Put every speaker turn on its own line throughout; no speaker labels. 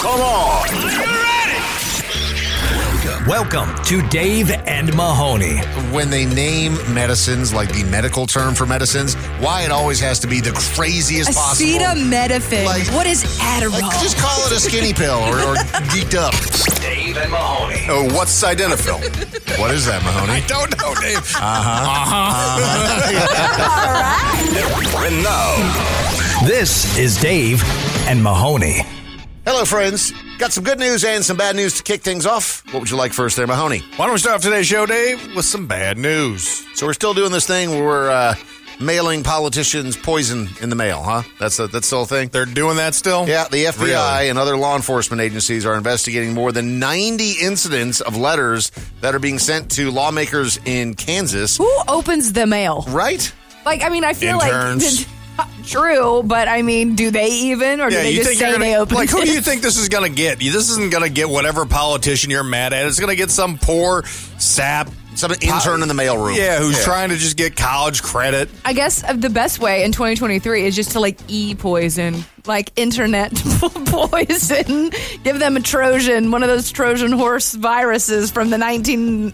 Come on. Welcome to Dave and Mahoney.
when they name medicines, like the medical term for medicines, why it always has to be the craziest possible.
Acetaminophen.
Like-
what is Adderall?
Like, just call it a skinny pill or, or geeked up.
Dave and Mahoney.
Oh, what's sildenafil? What is that, Mahoney? I don't know, Dave.
And now, this is Dave and Mahoney.
Hello, friends. Got some good news and some bad news to kick things off. What would you like first, there, Mahoney?
Why don't we start off today's show, Dave, with some bad news?
So we're still doing this thing where we're uh, mailing politicians poison in the mail, huh? That's the, that's the whole thing.
They're doing that still?
Yeah, the FBI
Really?
and other law enforcement agencies are investigating more than 90 incidents of letters that are being sent to lawmakers in Kansas.
Who opens the mail?
Right?
Like, I mean, I feel
Interns.
like true, but I mean, do they even, or do
Yeah,
they
you
just
think
say
you're
they
gonna,
open?
like who
it?
do you think this is gonna get? You- This isn't gonna get whatever politician you're mad at. It's gonna get some poor sap,
Some intern in the mailroom.
yeah, who's trying to just get college credit.
I guess uh, the best way in 2023 is just to like e poison, like internet poison. Give them a Trojan, one of those Trojan horse viruses from the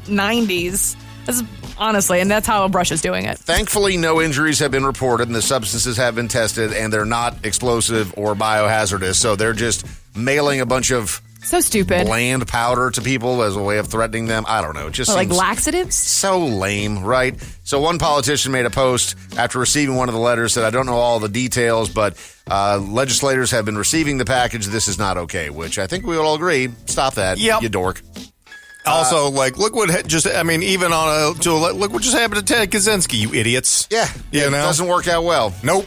1990s. That's honestly, and that's how Brush is doing it.
Thankfully, no injuries have been reported, and the substances have been tested, and they're not explosive or biohazardous. So they're just mailing a bunch of
So stupid.
bland powder to people as a way of threatening them. I don't know. It just
Like
seems
laxatives?
so lame, right? So one politician made a post after receiving one of the letters that I don't know all the details, but uh, legislators have been receiving the package. This is not okay, which I think we would all agree. Stop that,
Yep.
you dork.
Also, like, look what ha- just, I mean, even on a, to a, look what just happened to Ted Kaczynski, you idiots.
Yeah,
You
it
know?
doesn't work out well.
nope.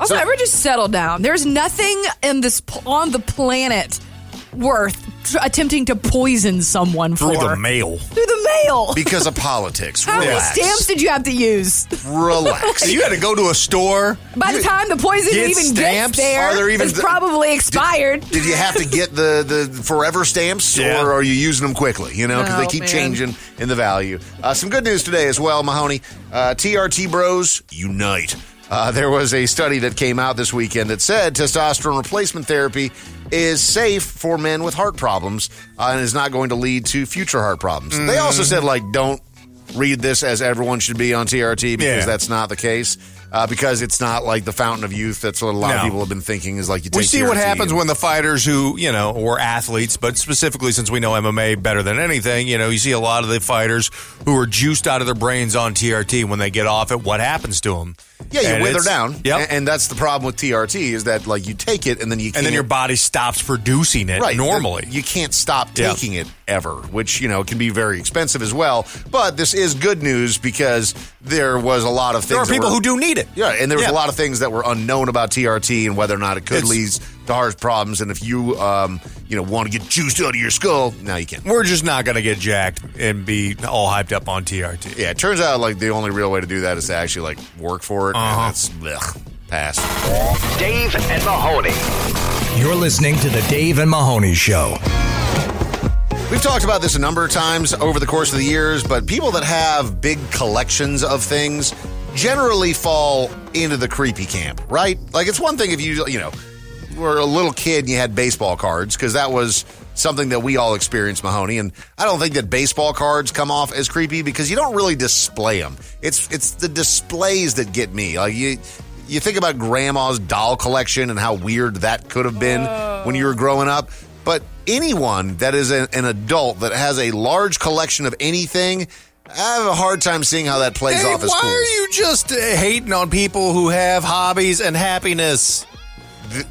Also,
So-
ever just settle down. There's nothing in this pl- on the planet worth tr- attempting to poison someone
Through
for
the mail.
through the mail.
Because of politics,
How many
relax,
stamps did you have to use?
relax.
you had to go to a store.
By the time the poison
Get
even
stamps?
gets there,
Are there even
it's
th-
probably expired.
Did you have to get the, the forever stamps,
Yeah.
or are you using them quickly? You know, because they
Oh,
keep
man.
changing in the value. Uh, some good news today as well, Mahoney. Uh, TRT Bros unite. Uh, there was a study that came out this weekend that said testosterone replacement therapy is safe for men with heart problems uh, and is not going to lead to future heart problems. They
Mm.
also said like don't read this as everyone should be on TRT because
Yeah.
that's not the case. Uh, because it's not like the fountain of youth. That's what a lot of
No.
people have been thinking is like you. Take
We see what
TRT
happens
and-
when the fighters who, you know, or athletes, but specifically since we know MMA better than anything, you know, you see a lot of the fighters who are juiced out of their brains on TRT when they get off it, what happens to them?
Yeah, you
And
wither
it's-
down.
Yep.
And, and that's the problem with TRT is that like you take it and then you can't,
and then your body stops producing it
right
normally.
You can't stop
Yeah.
taking it ever, which you know can be very expensive as well. But this is good news because there was a lot of things.
there are
that
people
were-
who do need it.
Yeah, and there was a
Yeah.
lot of things that were unknown about TRT and whether or not it could
It's-
lead to heart problems. And if you, um, you know, want to get juiced out of your skull, now you can.
We're just not going to get jacked and be all hyped up on TRT.
Yeah, it turns out like the only real way to do that is to actually like work for it.
Uh-huh.
And that's ugh, pass.
Dave and Mahoney. You're listening to the Dave and Mahoney Show.
We've talked about this a number of times over the course of the years, but people that have big collections of things generally fall into the creepy camp, right? Like it's one thing if you, you know, were a little kid and you had baseball cards because that was something that we all experienced, Mahoney. And I don't think that baseball cards come off as creepy because you don't really display them. It's it's the displays that get me. Like you. You think about grandma's doll collection and how weird that could have been when you were growing up. But anyone that is a, an adult that has a large collection of anything, I have a hard time seeing how that plays
Hey,
off as
why
cool.
are you just uh, hating on people who have hobbies and happiness?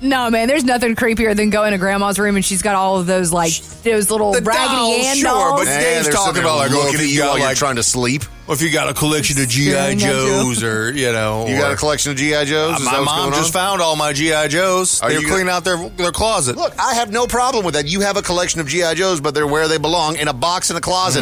No, man, there's nothing creepier than going to grandma's room and she's got all of those like those little
The
raggedy
dolls,
Ann
sure,
dolls.
but- Dave's
there's
talking
something
about, like, oh,
looking
if
at
you
you
got,
while you're
like-
trying to sleep.
Or if you got a collection of GI
Staring at you.
Joes, or you know,
You got
or-
a collection of GI Joes? Is that
my
what's
mom
going
just
on?
found all my GI Joes.
Are
They're
you
cleaning out their their closet.
Look, I have no problem with that. You have a collection of GI Joes, but they're where they belong in a box in a closet.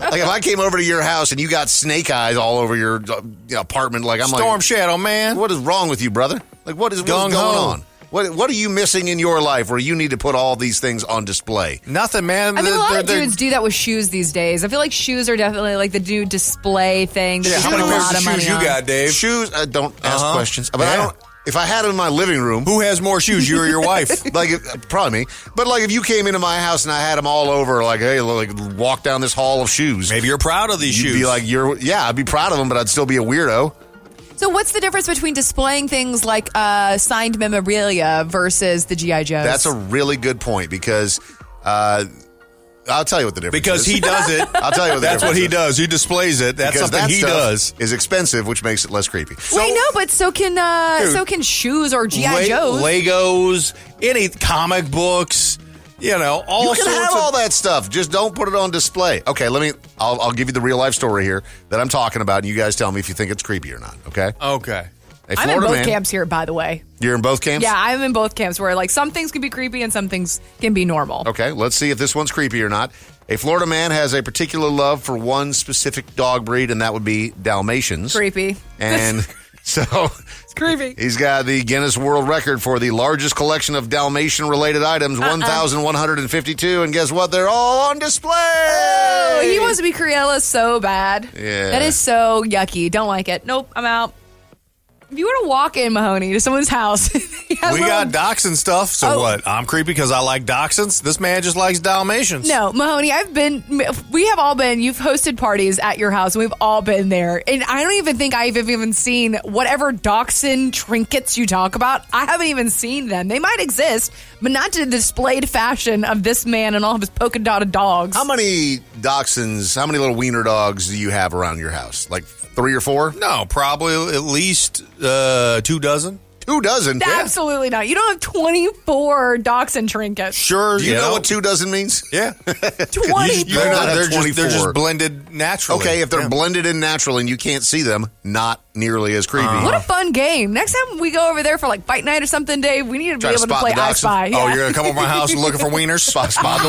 like if I came over to your house and you got snake eyes all over your uh, apartment, like I'm
Storm
like,
Shadow, man.
what is wrong with you, brother? Like what is what's
Gung
going
ho.
on? What what are you missing in your life where you need to put all these things on display?
Nothing, man.
I mean, a
They're-
lot of
they're-
dudes do that with shoes these days. I feel like shoes are definitely like the new display thing. that
Yeah,
they
how
spend
many
a
pairs
lot
of shoes
money
you
on.
got, Dave?
Shoes, uh, don't ask
Uh-huh.
questions. But I
Yeah.
don't if I had it in my living room,
Who has more shoes, you or your wife?
like if, probably me. But like if you came into my house and I had them all over, like hey, like walk down this hall of shoes.
Maybe you're proud of these
You'd
shoes.
be like, you're yeah, I'd be proud of them, but I'd still be a weirdo.
So, what's the difference between displaying things like uh, signed memorabilia versus the GI Joes?
That's a really good point because uh, I'll tell you what the difference
because
is.
he does it.
I'll tell you what the
That's what
difference
he
is.
does. He displays it. That's
because
something
that
he
stuff
does.
is expensive, which makes it less creepy.
Wait, no, but so can uh,
Dude.
so can shoes or GI
Le-
Joes.
Legos, any comic books, you know, all
You can
sorts
have
of
all that stuff. Just don't put it on display. Okay, let me. I'll, I'll give you the real life story here that I'm talking about, and you guys tell me if you think it's creepy or not. Okay, a
Uh,
Okay.
I'm in
Florida
both
man-
camps here, by the way.
You're in both camps.
Yeah, I'm in both camps where like some things can be creepy and some things can be normal.
Okay, let's see if this one's creepy or not. A Florida man has a particular love for one specific dog breed, and that would be Dalmatians.
Creepy.
And so
It's creepy.
he's got the Guinness World Record for the largest collection of Dalmatian related items
Uh-uh.
1,152. And guess what? They're all on display.
Oh, he wants to be Cruella so bad.
Yeah.
That is so yucky. Don't like it. Nope, I'm out. If you were to walk in Mahoney to someone's house, we
We got dachshund stuff, so
Oh.
what? I'm creepy because I like dachshunds. This man just likes Dalmatians.
No, Mahoney, I've been, we have all been, you've hosted parties at your house and we've all been there. And I don't even think I've even seen whatever dachshund trinkets you talk about. I haven't even seen them. They might exist, but not to the displayed fashion of this man and all of his polka dotted dogs.
How many dachshunds, how many little wiener dogs do you have around your house? Like three or four?
No, probably at least uh, two dozen.
Two dozen.
Absolutely not. You don't have 24 dachshund trinkets.
Sure.
Do you know what two dozen means?
Yeah.
You
They're,
don't
not,
have
they're, just, they're
24.
just blended naturally.
Okay, if they're
Yeah.
blended in natural and you can't see them, not nearly as creepy.
What a fun game. Next time we go over there for like fight night or something, Dave, we need to
Try
be able to play I Spy. Yeah.
Oh, you're going to come over my house looking for wieners? Spot, spot the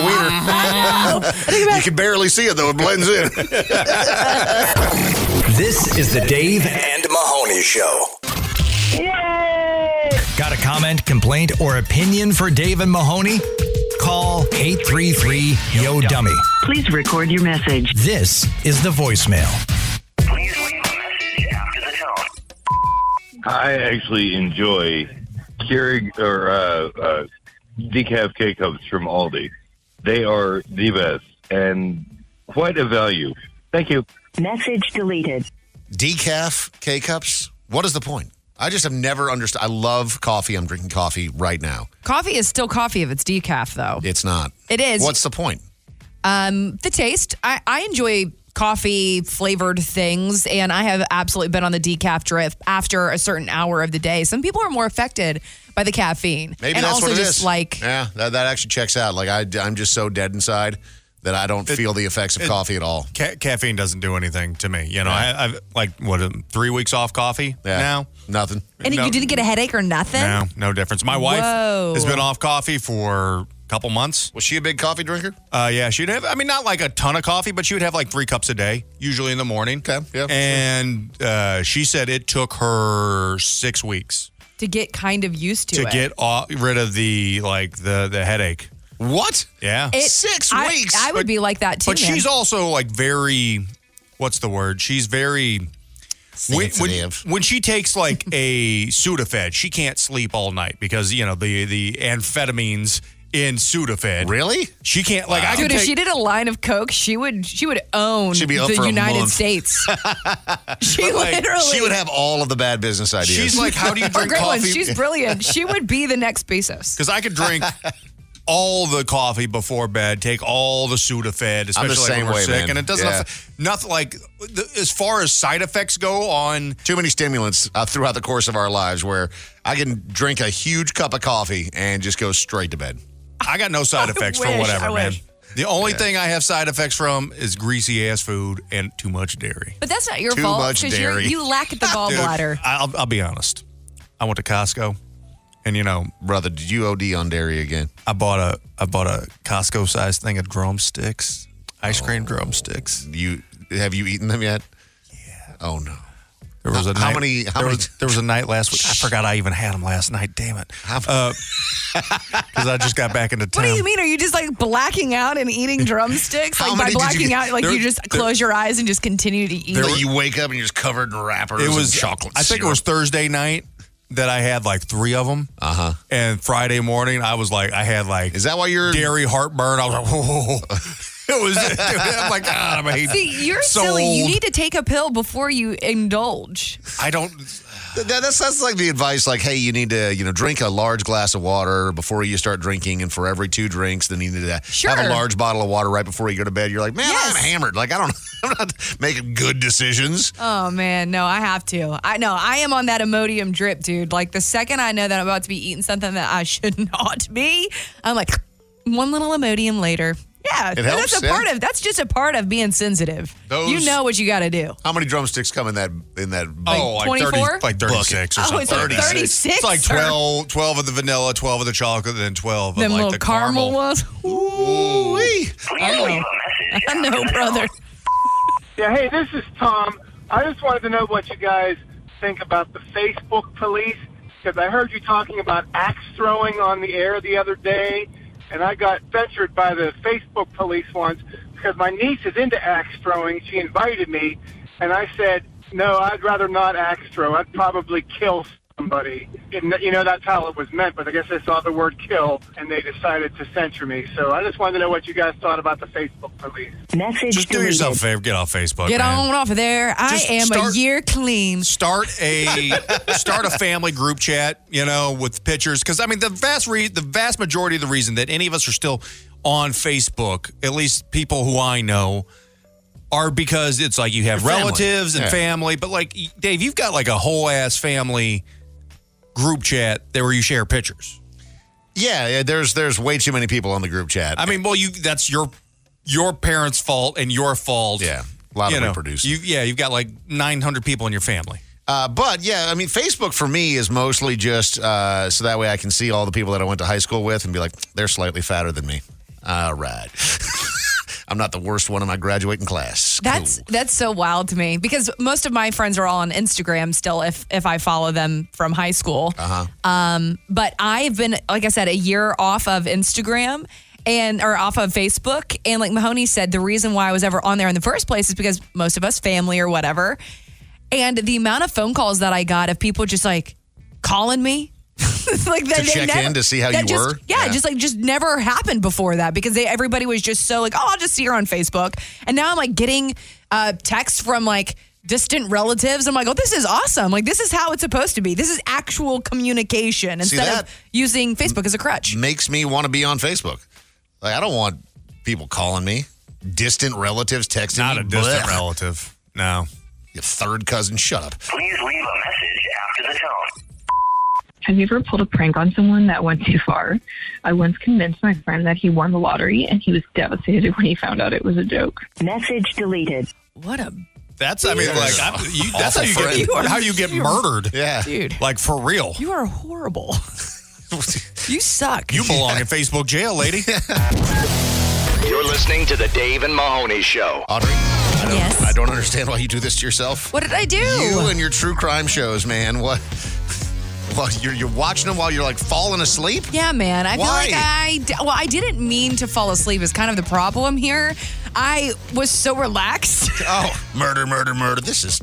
wiener.
you can barely see it though; it blends in.
This is the Dave and Mahoney Show. Got a comment, complaint, or opinion for Dave and Mahoney? Call 833 Yo Dummy.
Please record your message.
This is the voicemail.
Please leave a message after the tone.
I actually enjoy Keurig or uh, uh, decaf K cups from Aldi. They are the best and quite a value. Thank you.
Message deleted.
decaf K cups. What is the point? I just have never understood. I love coffee. I'm drinking coffee right now.
Coffee is still coffee if it's decaf, though.
It's not.
It is.
What's the point?
Um, the taste. I, I enjoy coffee flavored things, and I have absolutely been on the decaf drift after a certain hour of the day. Some people are more affected by the caffeine.
Maybe
and
that's
also
what it is.
just like
yeah, that, that actually checks out. Like I, I'm just so dead inside that I don't feel the effects of coffee at all.
Ca- caffeine doesn't do anything to me. You know, I, I've like, what, um, three weeks off coffee
Yeah,
now?
nothing.
and
No.
you didn't get a headache or nothing.
No, no difference. My wife
Whoa.
has been off coffee for a couple months.
Was she a big coffee drinker?
Uh, yeah, she'd have. I mean, not like a ton of coffee, but she would have like three cups a day, usually in the morning.
Okay, yeah, sure.
And uh, she said it took her six weeks
To get kind of used to,
to
it.
get off, rid of the like the the headache.
What?
Yeah,
It-
Six
I-
weeks?
I, would
But-
be like that too.
but
man.
she's also like very, what's the word? She's very. When, when,
Sensitive.
when she takes like a Sudafed, she can't sleep all night because you know the the amphetamines in Sudafed.
Really?
She can't like I
Dude,
can
if
take,
she did a line of coke, she would she would own
She'd be up for
the
a
United
month.
States. she
like,
literally
She would have all of the bad business ideas.
She's like, how do you
or
drink
great
coffee?
ones. She's brilliant. She would be the next Bezos.
Because I could drink all the coffee before bed, take all the Sudafed, especially
same
when we're
way,
sick,
man.
and it doesn't.
Yeah.
Affect, nothing like the, as far as side effects go on.
too many stimulants uh, throughout the course of our lives where I can drink a huge cup of coffee and just go straight to bed.
I got no side
I
effects
wish,
for whatever,
I
man.
wish.
The only thing I have side effects from is greasy ass food and too much dairy.
But that's not your
Too
fault
much
because you're-
dairy.
you lack the
Dude,
gallbladder.
I'll, I'll be honest. I went to Costco, and you know,
Brother, did you OD on dairy again?
I bought a I bought a Costco sized thing of drumsticks, ice cream drumsticks.
You have you eaten them yet? Yeah. Oh no.
There was a
How
night,
many- how
there,
many-
Was, there was a night last week. I forgot I even had them last night. Damn it! Because I just got back into town.
what do you mean? Are you just like blacking out and eating drumsticks?
How
Like by
many did you
blacking
get?
out, like
There-
you just close your eyes and just continue to eat.
Like, you wake up and you're just covered in wrappers.
It
and
was
chocolate.
I think it was
syrup.
Thursday night that I had like three of them. Uh huh. And Friday morning, I was like, I had like
Uh-huh. Is that why you're?
dairy heartburn. I was like, whoa. it was. dude, I'm like, God, I'm hating.
See, you're
so
silly. You
old.
need to take a pill before you indulge.
I don't.
That, that's that's like the advice. Like, hey, you need to you know drink a large glass of water before you start drinking, and for every two drinks, then you need to have a
Sure.
large bottle of water right before you go to bed. You're like, man,
Yes.
I'm hammered. Like, I don't. I'm not making good decisions.
Oh man, no, I have to. I know I am on that Imodium drip, dude. Like the second I know that I'm about to be eating something that I should not be, I'm like one little Imodium later. Yeah, and
helps,
that's a
yeah.
part of that's just a part of being sensitive.
Those-
you know what you got to do.
How many drumsticks come in that in that?
oh, like
24?
30, like 36 or
Oh,
something.
it's like
36.
36,
It's like
sir.
12, 12 of the vanilla, 12 of the chocolate, and then 12
Them
of like
little
the
caramel, ones.
Ooh-wee.
I know, I know, brother.
Yeah, hey, this is Tom. I just wanted to know what you guys think about the Facebook police because I heard you talking about axe throwing on the air the other day, and I got censured by the Facebook police once because my niece is into axe throwing. She invited me, and I said, "No, I'd rather not axe throw. I'd probably kill somebody." And you know that's how it was meant, but I guess they saw the word "kill" and they decided to censure me. So I just wanted to know what you guys thought about the Facebook police.
Message
Just do
deleted.
yourself a favor. Get off Facebook.
Get
man.
on off of there. I
Just
am
start-
a year clean.
Start a start a family group chat, you know, with pictures. Because I mean, the vast re- the vast majority of the reason that any of us are still on Facebook, at least people who I know, are because it's like you have
Your family.
relatives and
Yeah.
family. But like y- Dave, you've got like a whole ass family group chat there where you share pictures.
Yeah, yeah, there's there's way too many people on the group chat.
I mean, well, you that's your your parents' fault and your fault.
Yeah, a lot
you
of
know,
reproducing.
You, yeah, you've got like 900 people in your family.
Uh, but yeah, I mean, Facebook for me is mostly just uh, so that way I can see all the people that I went to high school with and be like, they're slightly fatter than me. All right. I'm not the worst one in my graduating class.
That's
Cool.
that's so wild to me because most of my friends are all on Instagram still if if I follow them from high school. Uh-huh. Um but I've been like I said a year off of Instagram and or off of Facebook and like Mahoney said the reason why I was ever on there in the first place is because most of us family or whatever. And the amount of phone calls that I got of people just like calling me like that
To
they
check
never-
in to see how
that
you
just-
were?
Yeah,
Yeah.
just like just never happened before that because they everybody was just so like, oh, I'll just see her on Facebook. And now I'm like getting uh texts from like distant relatives. I'm like, oh, this is awesome. Like this is how it's supposed to be. This is actual communication instead
that?
of using Facebook as a crutch.
Makes me want to be on Facebook. Like, I don't want people calling me, distant relatives texting
Not
me.
a distant
Blech.
relative. No.
Your third cousin, shut up.
Please leave a message after the tone.
Have you ever pulled a prank on someone that went too far? I once convinced my friend that he won the lottery, and he was devastated when he found out it was a joke.
Message deleted.
What a
That's I mean like I'm, you, that's how
Awful
you get
friend.
You are-
how you get
you are-
murdered.
Yeah.
dude.
Like for real.
You are horrible. you suck.
You belong in Facebook jail, lady.
You're listening to the Dave and Mahoney Show.
Audrey, I don't,
Yes.
I don't understand why you do this to yourself.
what did I do?
You
Oh.
and your true crime shows, man. What? What? You're, you're watching them while you're like falling asleep?
Yeah, man.
Why?
I feel like I d- well, I didn't mean to fall asleep. Is kind of the problem here. I was so relaxed.
Oh, murder, murder, murder. This is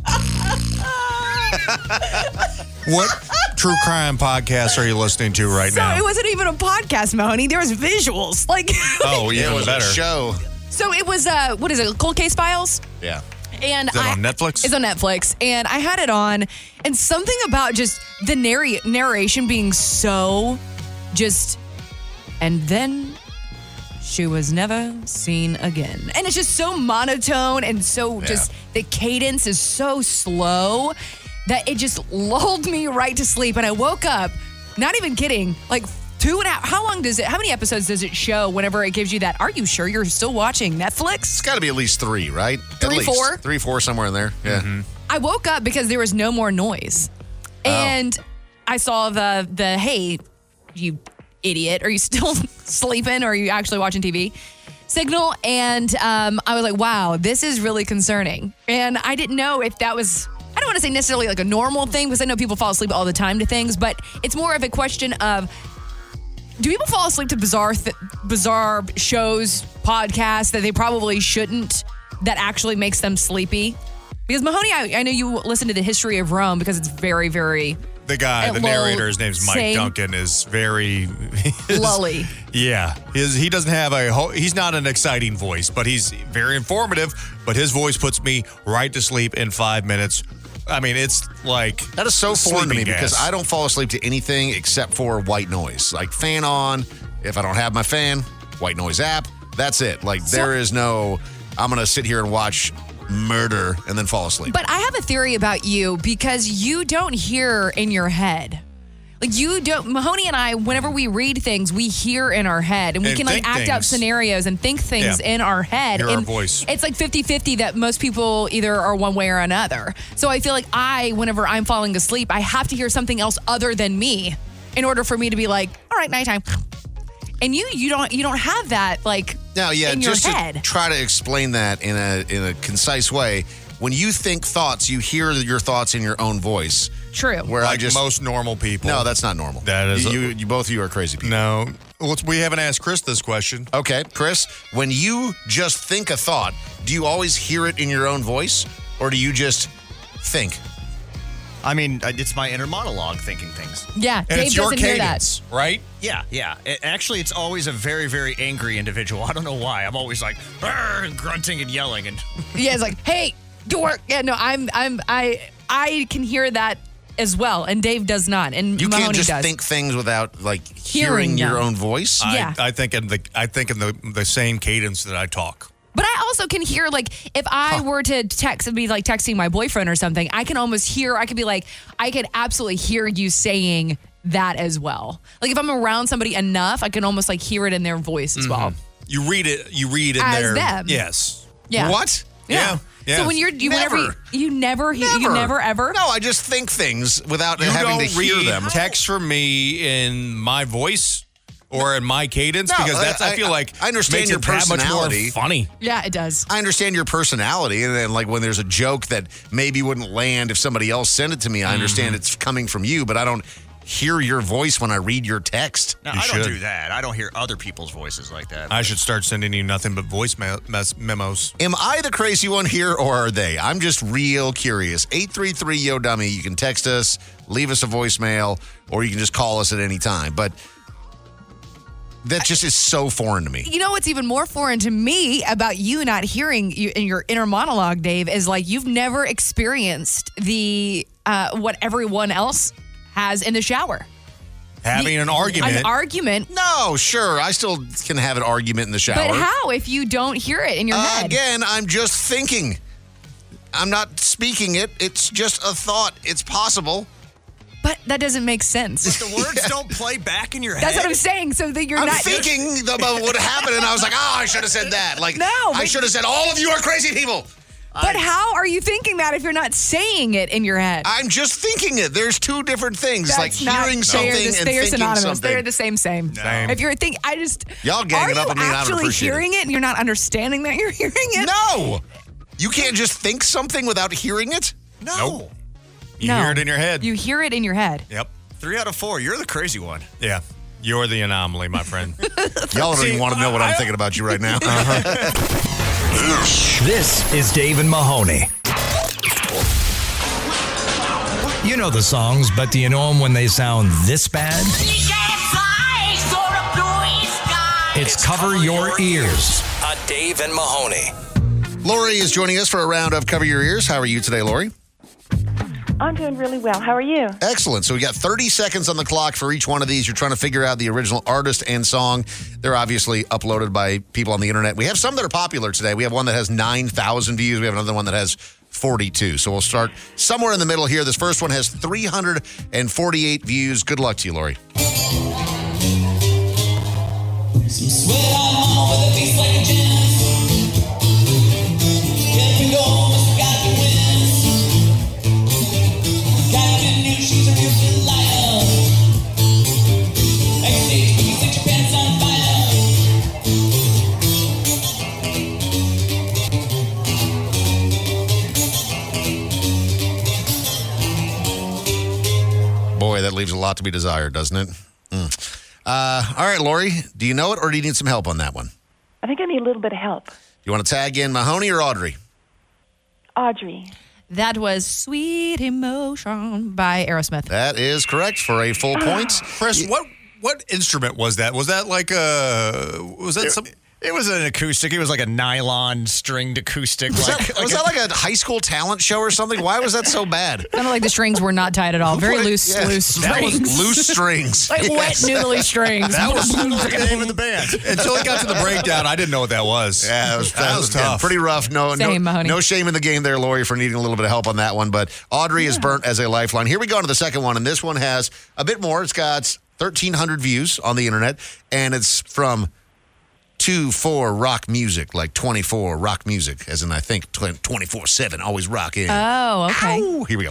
what true crime podcast are you listening to right
So
now?
it wasn't even a podcast, Mahoney. There was visuals. Like,
oh,
it
even
was
better.
a show.
so it was uh, what is it? Cold Case Files.
Yeah.
And
that
I-
on Netflix?
It's on Netflix, and I had it on, and something about just the narr- narration being so, just, and then she was never seen again, and it's just so monotone and so just the cadence is so slow that it just lulled me right to sleep, and I woke up, not even kidding, like. Two and a half. How long does it? How many episodes does it show? Whenever it gives you that, are you sure you're still watching Netflix?
It's got to be at least three, right? at
Three,
least.
four?
Three, four, somewhere in there. Yeah.
I woke up because there was no more noise, and I saw the the hey, you idiot, are you still sleeping? Or are you actually watching TV? Signal, and um, I was like, wow, this is really concerning, and I didn't know if that was. I don't want to say necessarily like a normal thing because I know people fall asleep all the time to things, but it's more of a question of do people fall asleep to bizarre th- bizarre shows podcasts that they probably shouldn't that actually makes them sleepy because mahoney i, I know you listen to the history of rome because it's very very
The guy,
At
the
Lowell,
narrator, his name's Mike
same-
Duncan, is very
lully
Yeah, his, he doesn't have a ho- he's not an exciting voice, but he's very informative. But his voice puts me right to sleep in five minutes. I mean, it's like
That is so foreign to me
sleeping
because
gas.
I don't fall asleep to anything except for white noise. Like fan on, if I don't have my fan, white noise app, that's it. Like there is no, I'm going to sit here and watch murder and then fall asleep.
But I have a theory about you because you don't hear in your head. Like you don't Mahoney and I, whenever we read things, we hear in our head and we
And
can like
think
act out
things.
scenarios and think things
Yeah.
in our head.
Hear our
And
voice.
It's like 50-50 that most people either are one way or another. So I feel like I, whenever I'm falling asleep, I have to hear something else other than me in order for me to be like, all right, nighttime. And you you don't you don't have that like
Now, yeah,
in your
just
head.
to try to explain that in a in a concise way. When you think thoughts, you hear your thoughts in your own voice.
True.
Where I
like
just
most normal people.
no, that's not normal.
That is-
you, you, you- Both of you are crazy people.
no. Well, it's- we haven't asked Chris this question.
Okay, Chris. When you just think a thought, do you always hear it in your own voice, or do you just think?
I mean, uh, it's my inner monologue thinking things.
yeah,
And
Dave
it's your
doesn't hear that.
cadence, right?
Yeah, yeah. A- actually, it's always a very, very angry individual. I don't know why. I'm always like "Arr," grunting and yelling, and
Yeah, it's like, hey, dork. Yeah, no, I'm, I'm, I, I can hear that as well, and Dave does not, and
You
Mahoney
can't just
does.
think things without like
Hearing
hearing, your
them.
own voice.
Yeah.
I, I think in the I think in the the same cadence that I talk.
but I also can hear like if I were to text and be like texting my boyfriend or something, I can almost hear. I could be like, I could absolutely hear you saying that as well. Like if I'm around somebody enough, I can almost like hear it in their voice as well.
Mm-hmm.
You read it. You read in
As
there.
them.
Yes.
Yeah.
What?
Yeah. yeah.
So when you're you
Never.
whenever you, you never, hear you never ever
No, I just think things without
you
having
don't
to hear
read
them.
text from me in my voice or in my cadence
No,
because
I-
that's I, feel
I-
like
I understand
makes
your
it that much more
personality.
funny.
Yeah, it does.
I understand your personality, and then like when there's a joke that maybe wouldn't land if somebody else sent it to me, I understand it's coming from you, but I don't hear your voice when I read your text.
no,
You
I don't
should.
do that. I don't hear other people's voices like that.
I should start sending you nothing but voice me- mes- memos.
Am I the crazy one here, or are they? I'm just real curious. 833 Yo Dummy. You can text us, leave us a voicemail, or you can just call us at any time. But that just is so foreign to me.
You know what's even more foreign to me about you not hearing you in your inner monologue, Dave, is like you've never experienced the uh, what everyone else has in the shower.
Having an argument.
An argument,
No, sure. I still can have an argument in the shower.
but how if you don't hear it in your head?
Again, I'm just thinking. I'm not speaking it. It's just a thought. It's possible.
But that doesn't make sense.
the words don't play back in your head.
That's what I'm saying. So that you're
I'm
not
thinking about what happened, and I was like, oh, I should have said that. Like,
No,
I
but-
should have said, all of you are crazy people.
But how are you thinking that if you're not saying it in your head?
I'm just thinking it. There's two different things,
That's
like hearing
not,
something
they are,
and
the, they are
thinking
synonymous.
something.
They are the same, same.
Same.
If you're thinking, I just
Y'all ganging
are
up
you
on me and I don't
actually
appreciate it.
hearing it and you're not understanding that you're hearing it?
no, you can't just think something without hearing it.
no.
Nope. You hear it in your head.
You hear it in your head.
yep.
Three out of four. You're the crazy one.
Yeah. You're the anomaly, my friend.
Y'all don't even want to know what
I-
I'm thinking about you right now.
This is Dave and Mahoney. You know the songs, but do you know them when they sound this bad? It's, cover, your, ears. A Dave and Mahoney.
Lori is joining us for a round of Cover Your Ears. How are you today, Lori?
I'm doing really well. How are you?
Excellent. So we got 30 seconds on the clock for each one of these. You're trying to figure out the original artist and song. They're obviously uploaded by people on the internet. We have some that are popular today. We have one that has 9,000 views. We have another one that has 42. So we'll start somewhere in the middle here. This first one has 348 views. Good luck to you, Lori. Boy, that leaves a lot to be desired, doesn't it? Mm. Uh, all right, Lori, do you know it or do you need some help on that one?
I think I need a little bit of help.
You want to tag in Mahoney or Audrey?
Audrey.
That was Sweet Emotion by Aerosmith.
That is correct for a full point.
Chris, what what instrument was that? Was that like a was that some?
It was an acoustic. It was like a nylon stringed acoustic.
Was,
like,
that,
like
was
a-
that like a high school talent show or something? Why was that so bad?
Sounded like the strings were not tied at all. Very loose,
Yeah,
loose
that was
strings.
loose strings.
like wet
Yes.
noodly strings.
That was literally the name of the band.
Until it got to the breakdown, I didn't know what that was.
Yeah, that was, that was good. Pretty rough. No,
Same,
no,
Mahoney.
no shame in the game there, Lori, for needing a little bit of help on that one. But Audrey is burnt as a lifeline. Here we go on to the second one, and this one has a bit more. It's got 1,300 views on the internet, and it's from two four rock music, like 24 rock music, as in I think 24 seven, always rock in.
Oh, okay.
Ooh, here we go.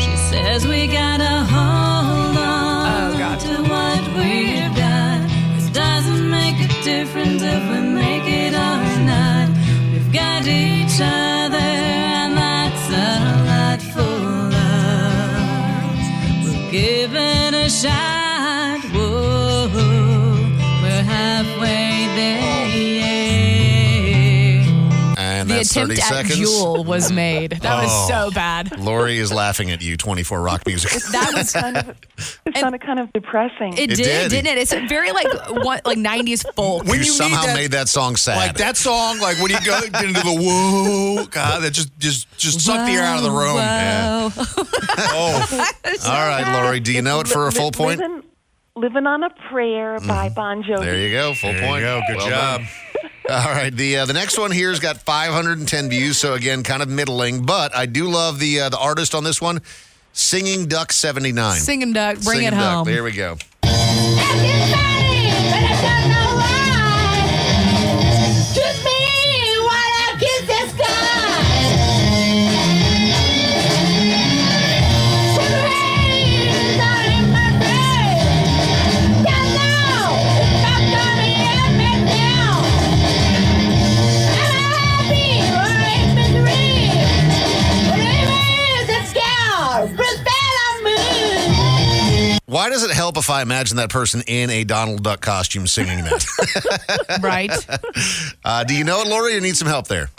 She says we gotta hold on
Oh, God.
to what we've got. This doesn't make a difference if we make it or not. We've got each other, and that's a lot for us. We'll give it a shot. Whoa, we're halfway there.
And
The
that's 30
attempt at
seconds.
Jewel was made. That
Oh.
was so bad.
Lori is laughing at you, 24 rock music.
That was
Kind of, it sounded kind of depressing.
It,
It
did,
did.
didn't it? It's a very like what like nineties folk.
you,
you need
somehow
that-
made that song sad.
Like that song, like when you go get into the whoa, God, that just just just sucked the air out of the room.
Wow.
Oh,
All right, Lori, do you know it for a full point? Mm-hmm.
Living, Living on a Prayer by Bon Jovi.
There you go, full
There you
point.
go, good job.
done. All right, the uh, the next one here's got 510 views, so again, kind of middling, but I do love the uh, the artist on this one, Singing Duck 79.
Singing duck, bring
Singing
it
Duck.
home.
There we go. Why does it help if I imagine that person in a Donald Duck costume singing that?
right.
uh, do you know it, Lori? You need some help there.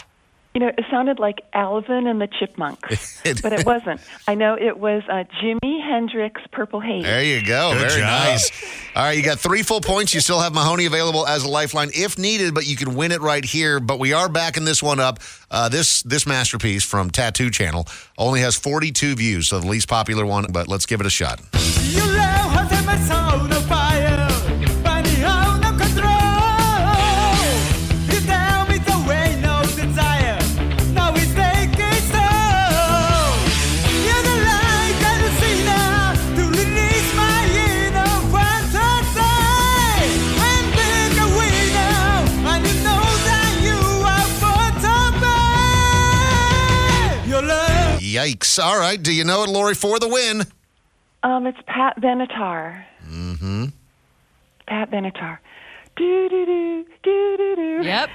You know, it sounded like Alvin and the Chipmunks,
It-
but it wasn't. I know it was uh, Jimi Hendrix, Purple Haze.
There you go.
Good
Very
job.
nice. All right, you got three full points. You still have Mahoney available as a lifeline if needed, but you can win it right here. But we are backing this one up. Uh, this this masterpiece from Tattoo Channel only has 42 views, so the least popular one. But let's give it a shot. Yikes! All right, do you know it, Lori, for the win?
Um, it's Pat Benatar. Mm-hmm. Pat Benatar. Do do do do do do.
Yep.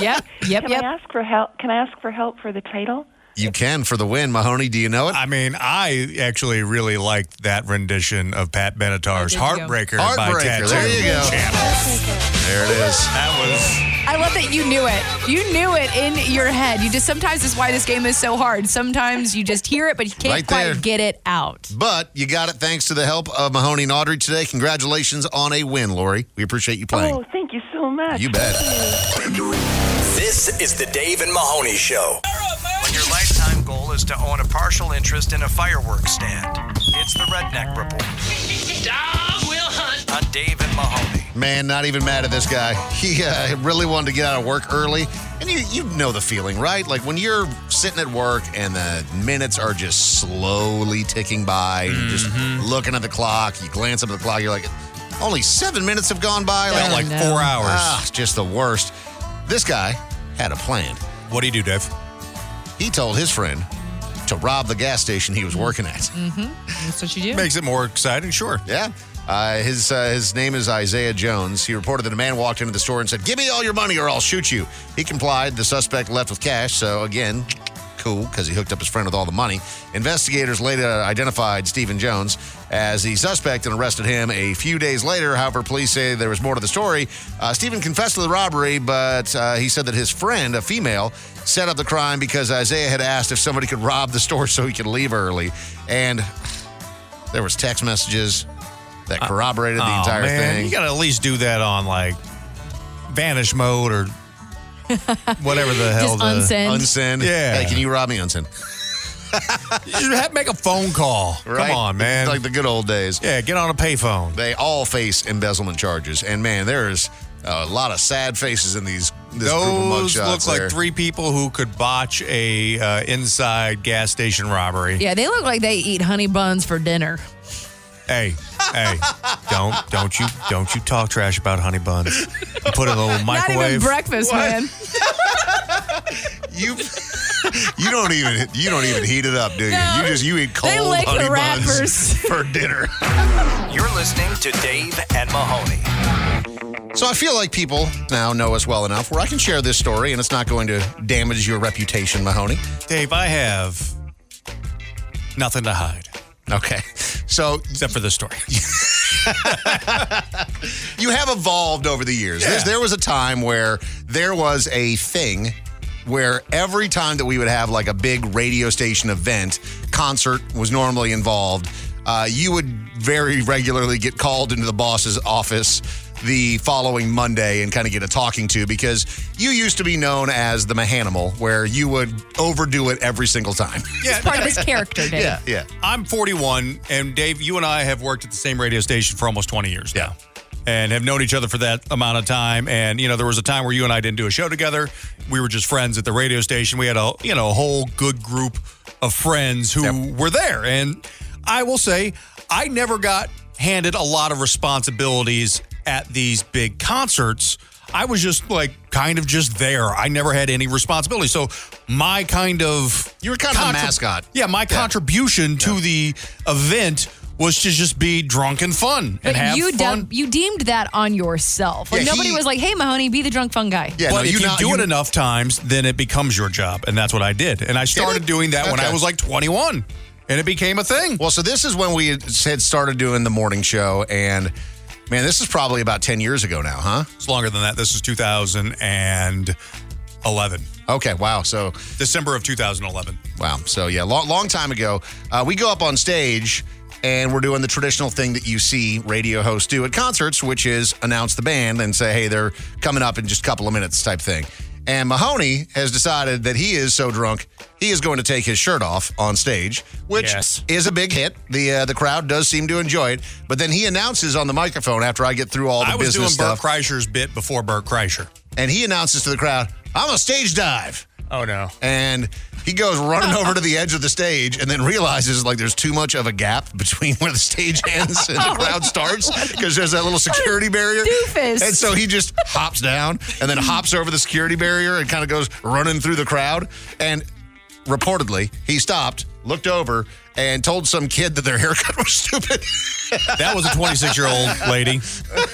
Yep. Yep.
Can
Yep.
I ask for help? Can I ask for help for the title?
You can for the win, Mahoney. Do you know it?
I mean, I actually really liked that rendition of Pat
Oh,
Benatar's
there you go.
"Heartbreaker" by
Heartbreaker.
Tattoo.
There you go. There it is.
That was
I love that you knew it. You knew it in your head. You just sometimes it's why this game is so hard. Sometimes you just hear it, but you can't
Right
quite
there.
get it out.
But you got it thanks to the help of Mahoney and Audrey today. Congratulations on a win, Lori. We appreciate you playing.
Oh, thank you so much.
You bet.
This is the Dave and Mahoney Show.
When your lifetime goal is to own a partial interest in a fireworks stand, it's the Redneck Report
Dog will hunt.
on Dave and Mahoney.
Man, not even mad at this guy. He uh, really wanted to get out of work early. And you, you know the feeling, right? Like when you're sitting at work and the minutes are just slowly ticking by, and you're
Mm-hmm.
just looking at the clock, you glance up at the clock, you're like, only seven minutes have gone by.
Felt like Oh, no. four hours.
Ah, it's just the worst. This guy had a plan.
What do you do, Dave?
He told his friend to rob the gas station he was working at.
Mm-hmm. That's what you do.
Makes it more exciting, sure.
Yeah. Uh, his uh, his name is Isaiah Jones. He reported that a man walked into the store and said, "Give me all your money, or I'll shoot you." He complied. The suspect left with cash. So again, cool because he hooked up his friend with all the money. Investigators later identified Stephen Jones as the suspect and arrested him a few days later. However, police say there was more to the story. Uh, Stephen confessed to the robbery, but uh, he said that his friend, a female, set up the crime because Isaiah had asked if somebody could rob the store so he could leave early, and there was text messages that corroborated the
Aw,
entire
Uh, oh, man,
thing.
You got to at least do that on like vanish mode or whatever the hell.
Just unsend. Unsend.
Yeah.
Hey, can you rob me unsend?
you have, make a phone call.
Right?
Come on, man.
Like the good old days.
Yeah, get on a payphone.
They all face embezzlement charges, and man, there's a lot of sad faces in these. This
Those
group of mugshots
look
there.
like three people who could botch a uh, inside gas station robbery.
Yeah, they look like they eat honey buns for dinner.
Hey, hey, don't don't you don't you talk trash about honey buns. You put it in a little
Not even
microwave.
breakfast,
What?
man.
You you don't even you don't even heat it up, do you?
No.
You just you eat cold
They lick the
honey
wrappers.
buns for dinner.
You're listening to Dave and Mahoney.
So I feel like people now know us well enough where I can share this story and it's not going to damage your reputation, Mahoney.
Dave, I have nothing to hide.
Okay. So
except for the story.
you have evolved over the years. There's- There was a time where there was a thing where every time that we would have like a big radio station event, concert was normally involved. Uh, you would very regularly get called into the boss's office the following Monday and kind of get a talking to because you used to be known as the Mahanimal, where you would overdo it every single time.
Yeah,
part of his character, Dave.
Yeah, yeah.
I'm 41, and Dave, you and I have worked at the same radio station for almost 20 years. Yeah. And have known each other for that amount of time. And, you know, there was a time where you and I didn't do a show together. We were just friends at the radio station. We had a, you know, a whole good group of friends who were there. And I will say, I never got handed a lot of responsibilities at these big concerts. I was just like kind of just there. I never had any responsibility. So my kind of
you were kind of the mascot.
Yeah, my contribution to the event was to just be drunk and fun and
But
have
you
fun.
de- you deemed that on yourself. Like
Yeah,
nobody
he-
was like, "Hey, Mahoney, be the drunk fun guy."
but if you, do it enough times, then it becomes your job, and that's what I did. And I started doing that when I
Okay.
was like 21, and it became a thing.
Well, so this is when we had started doing the morning show, and man, this is probably about 10 years ago now, huh?
It's longer than that. This is 2011.
Okay, wow. So
December of 2011.
Wow. So yeah, long, long time ago, uh, we go up on stage and we're doing the traditional thing that you see radio hosts do at concerts, which is announce the band and say, "Hey, they're coming up in just a couple of minutes," type thing. And Mahoney has decided that he is so drunk, he is going to take his shirt off on stage, which is a big hit. The uh, the crowd does seem to enjoy it. But then he announces on the microphone after I get through all the
I was doing
business stuff,
Bert Kreischer's bit before Bert Kreischer.
and he announces to the crowd, "I'm a stage dive."
Oh no!
and he goes running over to the edge of the stage and then realizes like there's too much of a gap between where the stage ends and the crowd starts because there's that little security barrier.
doofus.
And so he just hops down and then hops over the security barrier and kind of goes running through the crowd. And reportedly, he stopped, looked over, and told some kid that their haircut was stupid.
That was a 26 year old lady,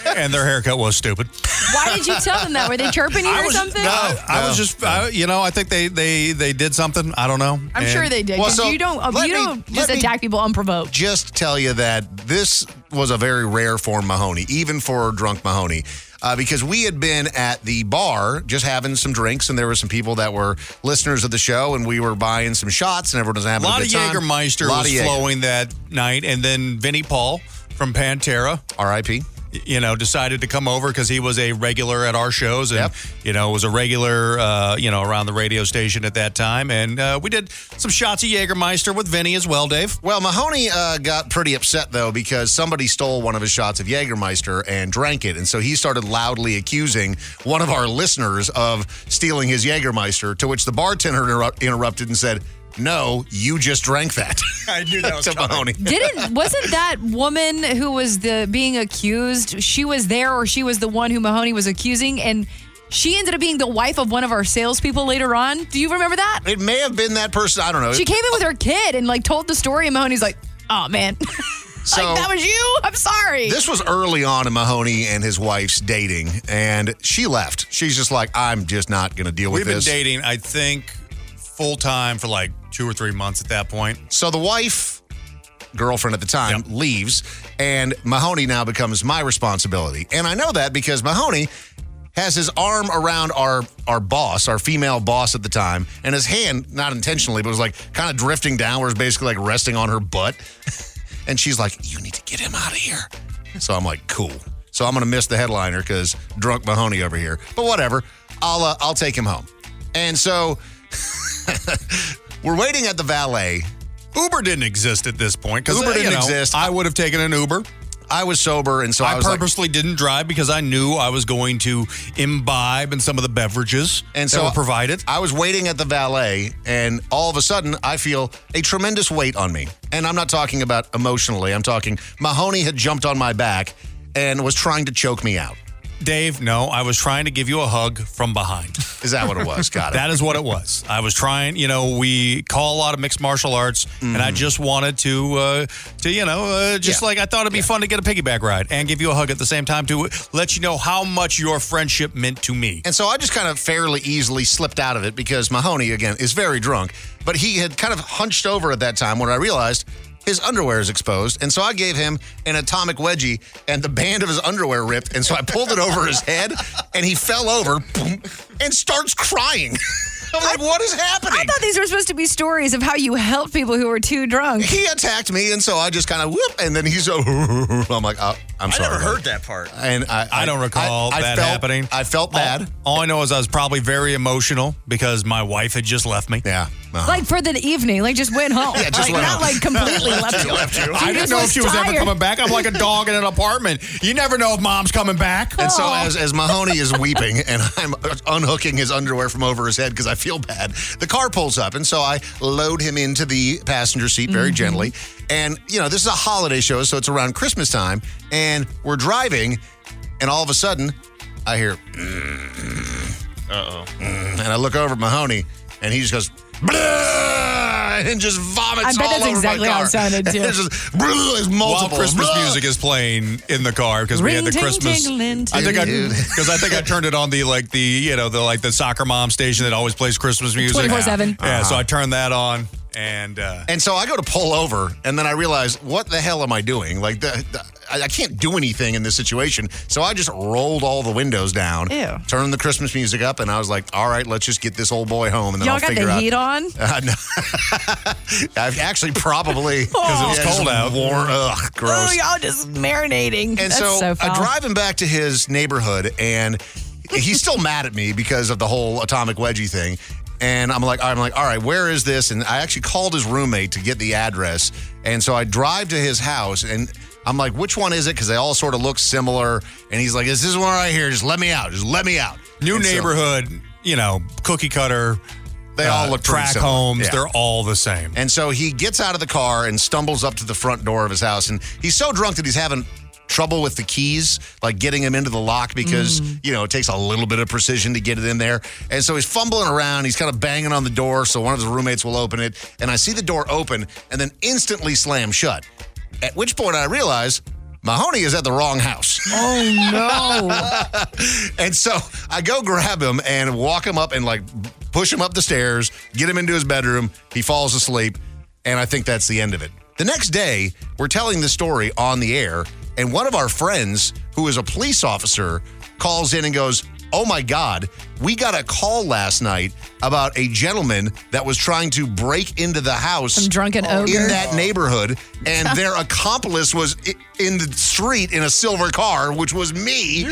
and their haircut was stupid.
Why did you tell them that? Were they chirping you
I
or
was,
something?
No, I was just, I, you know, I think they they they did something. I don't know.
I'm sure they did.
Well,
'cause
so
you don't um,
let
you
me-
don't
let
just
me-
attack people unprovoked.
just tell you that this was a very rare form Mahoney, even for drunk Mahoney. Uh, because we had been at the bar just having some drinks, and there were some people that were listeners of the show, and we were buying some shots, and everyone was
A
having a,
lot of
good time.
Jägermeister
Lot
was
of Jäger.
flowing that night, and then Vinnie Paul from Pantera.
R.I.P.
you know, decided to come over because he was a regular at our shows and, you know, was a regular, uh, you know, around the radio station at that time. And uh, we did some shots of Jägermeister with Vinny as well, Dave.
Well, Mahoney uh, got pretty upset though because somebody stole one of his shots of Jägermeister and drank it, and so he started loudly accusing one of our listeners of stealing his Jägermeister. To which the bartender interrupt- interrupted and said, "No, you just drank that."
I knew that was
to Mahoney.
Didn't wasn't that woman who was the being accused? She was there, or she was the one who Mahoney was accusing, and she ended up being the wife of one of our salespeople later on. Do you remember that?
It may have been that person. I don't know.
She came in with her kid and like told the story, and Mahoney's like, "Oh man,
So-
like that was you. I'm sorry."
This was early on in Mahoney and his wife's dating, and she left. She's just like, I'm just not going to deal with
We've
this.
been dating, I think, full time for like two or three months at that point.
So the wife, girlfriend at the time, leaves, and Mahoney now becomes my responsibility. And I know that because Mahoney has his arm around our our boss, our female boss at the time, and his hand, not intentionally, but was like kind of drifting downwards, basically like resting on her butt. and she's like, You need to get him out of here. So I'm like, cool. So I'm gonna miss the headliner because drunk Mahoney over here. But whatever, I'll uh, I'll take him home. And so we're waiting at the valet.
Uber didn't exist at this point because
Uber didn't exist.
I would have taken an Uber.
I was sober, and so I,
I
was like-
purposely didn't drive because I knew I was going to imbibe in some of the beverages
and
that
so
were provided.
I was waiting at the valet, and all of a sudden, I feel a tremendous weight on me. And I'm not talking about emotionally. I'm talking Mahoney had jumped on my back and was trying to choke me out.
Dave, no, I was trying to give you a hug from behind.
Is that what it was? Got it.
That is what it was. I was trying, you know, we call a lot of mixed martial arts, and I just wanted to, uh, to you know, uh, just
Mm-hmm. Yeah.
like I thought it'd be fun to get a piggyback ride and give you a hug at the same time to let you know how much your friendship meant to me.
And so I just kind of fairly easily slipped out of it because Mahoney, again, is very drunk. But he had kind of hunched over at that time when I realized his underwear is exposed. And so I gave him an atomic wedgie and the band of his underwear ripped. And so I pulled it over his head and he fell over boom, and starts crying. I'm like, what is happening?
I thought these were supposed to be stories of how you help people who are too drunk.
he attacked me. And so I just kind of whoop. And then he's, I'm like, oh, I'm
I
sorry.
never
buddy.
heard that part.
And I,
I don't recall
I- I
that
felt-
happening.
I felt bad.
All I know is I was probably very emotional because my wife had just left me.
Yeah.
Like for the evening, like just went home.
Yeah, just
like
went
not
home.
like completely left you.
I didn't
just
know
was
if she was ever
tired.
coming back. I'm like a dog in an apartment. You never know if mom's coming back.
And so as, as Mahoney is weeping and I'm unhooking his underwear from over his head because I feel bad, the car pulls up. And so I load him into the passenger seat very
Mm-hmm.
gently. And, you know, this is a holiday show, so it's around Christmas time. And we're driving, and all of a sudden, I hear, mm,
Mm-hmm.
Uh oh.
and I look over at Mahoney, and he just goes, "Bleh," and just vomits
I bet
all
that's
over
exactly
my car.
how it sounded, too.
it's just, "Bleh," it's multiple.
While Christmas
"Bleh."
music is playing in the car because we had the
Ring, ting,
Christmas.
tingling,
I think I
tingling.
because I think I turned it on the like the you know the like the soccer mom station that always plays Christmas music
24/7.
Yeah, so I turned that on and uh,
And so I go to pull over, and then I realize, what the hell am I doing? Like, the, the, I, I can't do anything in this situation. So I just rolled all the windows down,
Ew.
turned the Christmas music up, and I was like, all right, let's just get this old boy home, and then
Y'all
I'll
got
figure
the
out.
heat on?
Uh, no. I've actually probably because
it was cold out.
Warm, ugh, gross.
Oh, y'all just marinating.
And
That's
so, I
foul.
drive him back to his neighborhood, and he's still mad at me because of the whole atomic wedgie thing. And I'm like, I'm like, all right, where is this? And I actually called his roommate to get the address. And so I drive to his house, and I'm like, which one is it? Because they all sort of look similar. And he's like, is this one right here? Just let me out. Just let me out.
new
And so
neighborhood, you know, cookie cutter. uh,
They all look pretty
track
similar.
homes.
Yeah.
They're all the same.
And so he gets out of the car and stumbles up to the front door of his house. And he's so drunk that he's having trouble with the keys, like getting him into the lock because, you know, it takes a little bit of precision to get it in there. And so he's fumbling around. He's kind of banging on the door. So one of his roommates will open it. And I see the door open and then instantly slam shut. At which point I realize Mahoney is at the wrong house.
Oh no.
And so I go grab him and walk him up and like push him up the stairs, get him into his bedroom. He falls asleep. And I think that's the end of it. The next day, we're telling the story on the air. And one of our friends, who is a police officer, calls in and goes, oh my God, we got a call last night about a gentleman that was trying to break into the house
Some drunken ogre.
in that neighborhood, and their accomplice was i- in the street in a silver car, which was me.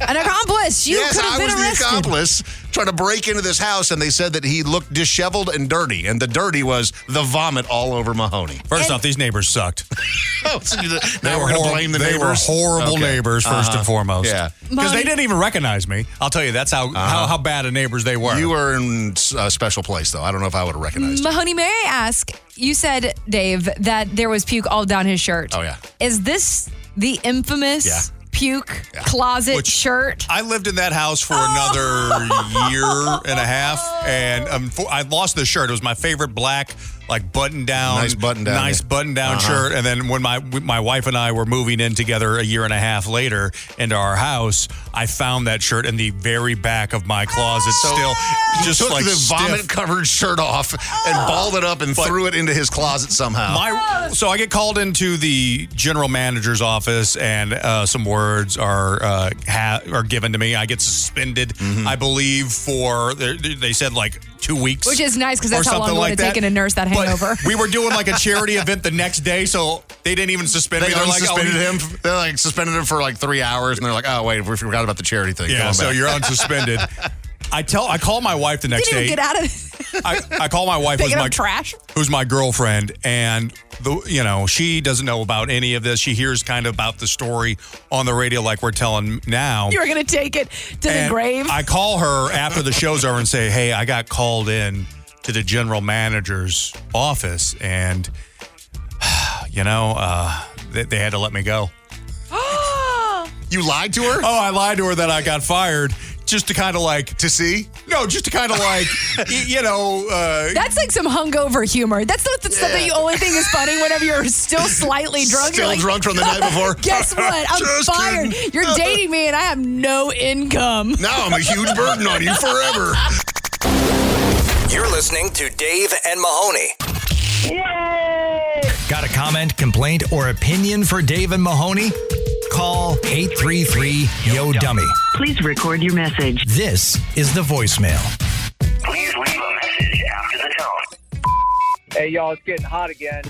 An accomplice. You
yes,
could
I
have been
was
arrested.
the accomplice trying to break into this house, and they said that he looked disheveled and dirty, and the dirty was the vomit all over Mahoney.
First off, these neighbors sucked.
Oh, so you- now we're going to
horrible-
blame the
they were
neighbors.
horrible
Okay.
neighbors, 1st
Uh-huh.
and foremost.
Yeah. Uh-huh.
Because they didn't even recognize me. I'll tell you, that's how, how, how bad of neighbors they were.
You were in a special place, though. I don't know if I would have recognized.
Mm.
Mahoney, may I ask? You said, Dave, that there was puke all down his shirt.
Oh, yeah.
Is this the infamous
Yeah.
puke closet shirt?
I lived in that house for another year and a half, and um, for, I lost the shirt. It was my favorite black, like button down,
Nice button-down,
nice
yeah.
button down
Uh-huh.
shirt. And then when my my wife and I were moving in together a year and a half later into our house, I found that shirt in the very back of my closet, still
He
just
took
like
the
stiff. Ah.
vomit covered shirt off and balled it up and threw it into his closet somehow.
My, so I get called into the general manager's office, and uh, some words are uh, ha- are given to me. I get suspended,
Mm-hmm.
I believe, for they they said like two weeks,
Which is nice because that's
or
how long it
something
would
like
have
that.
taken to nurse that hangover.
We were doing like a charity event the next day, so they didn't even suspend
they
me. They're like, oh,
unsuspended
you-
him. They like suspended him for like three hours, and they're like, "Oh wait, we forgot about the charity thing."
Yeah,
Come on
so
back.
you're unsuspended. I tell I call my wife the next
Didn't
day.
even get out of
I, I call my wife who's
picking
my
up trash.
who's my girlfriend, and the you know she doesn't know about any of this. She hears kind of about the story on the radio, like we're telling now.
You were going to take it to the
And
grave.
I call her after the show's over and say, "Hey, I got called in to the general manager's office, and you know uh, they, they had to let me go."
Ah,
you lied to her.
Oh, I lied to her that I got fired just to kind of like
to see.
No, just to kind of like y- you know. Uh,
That's like some hungover humor. That's not the stuff that you only think is funny whenever you're still slightly drunk.
Still
You're like,
drunk from the night before.
Guess what? I'm
Just
fired.
kidding.
You're dating me and I have no income.
Now I'm a huge burden on you forever.
You're listening to Dave and Mahoney.
Got a comment, complaint, or opinion for Dave and Mahoney? Call 833 Yo Dummy.
Please record your message.
This is the voicemail.
Please leave a message after the tone.
Hey, y'all, it's getting hot again.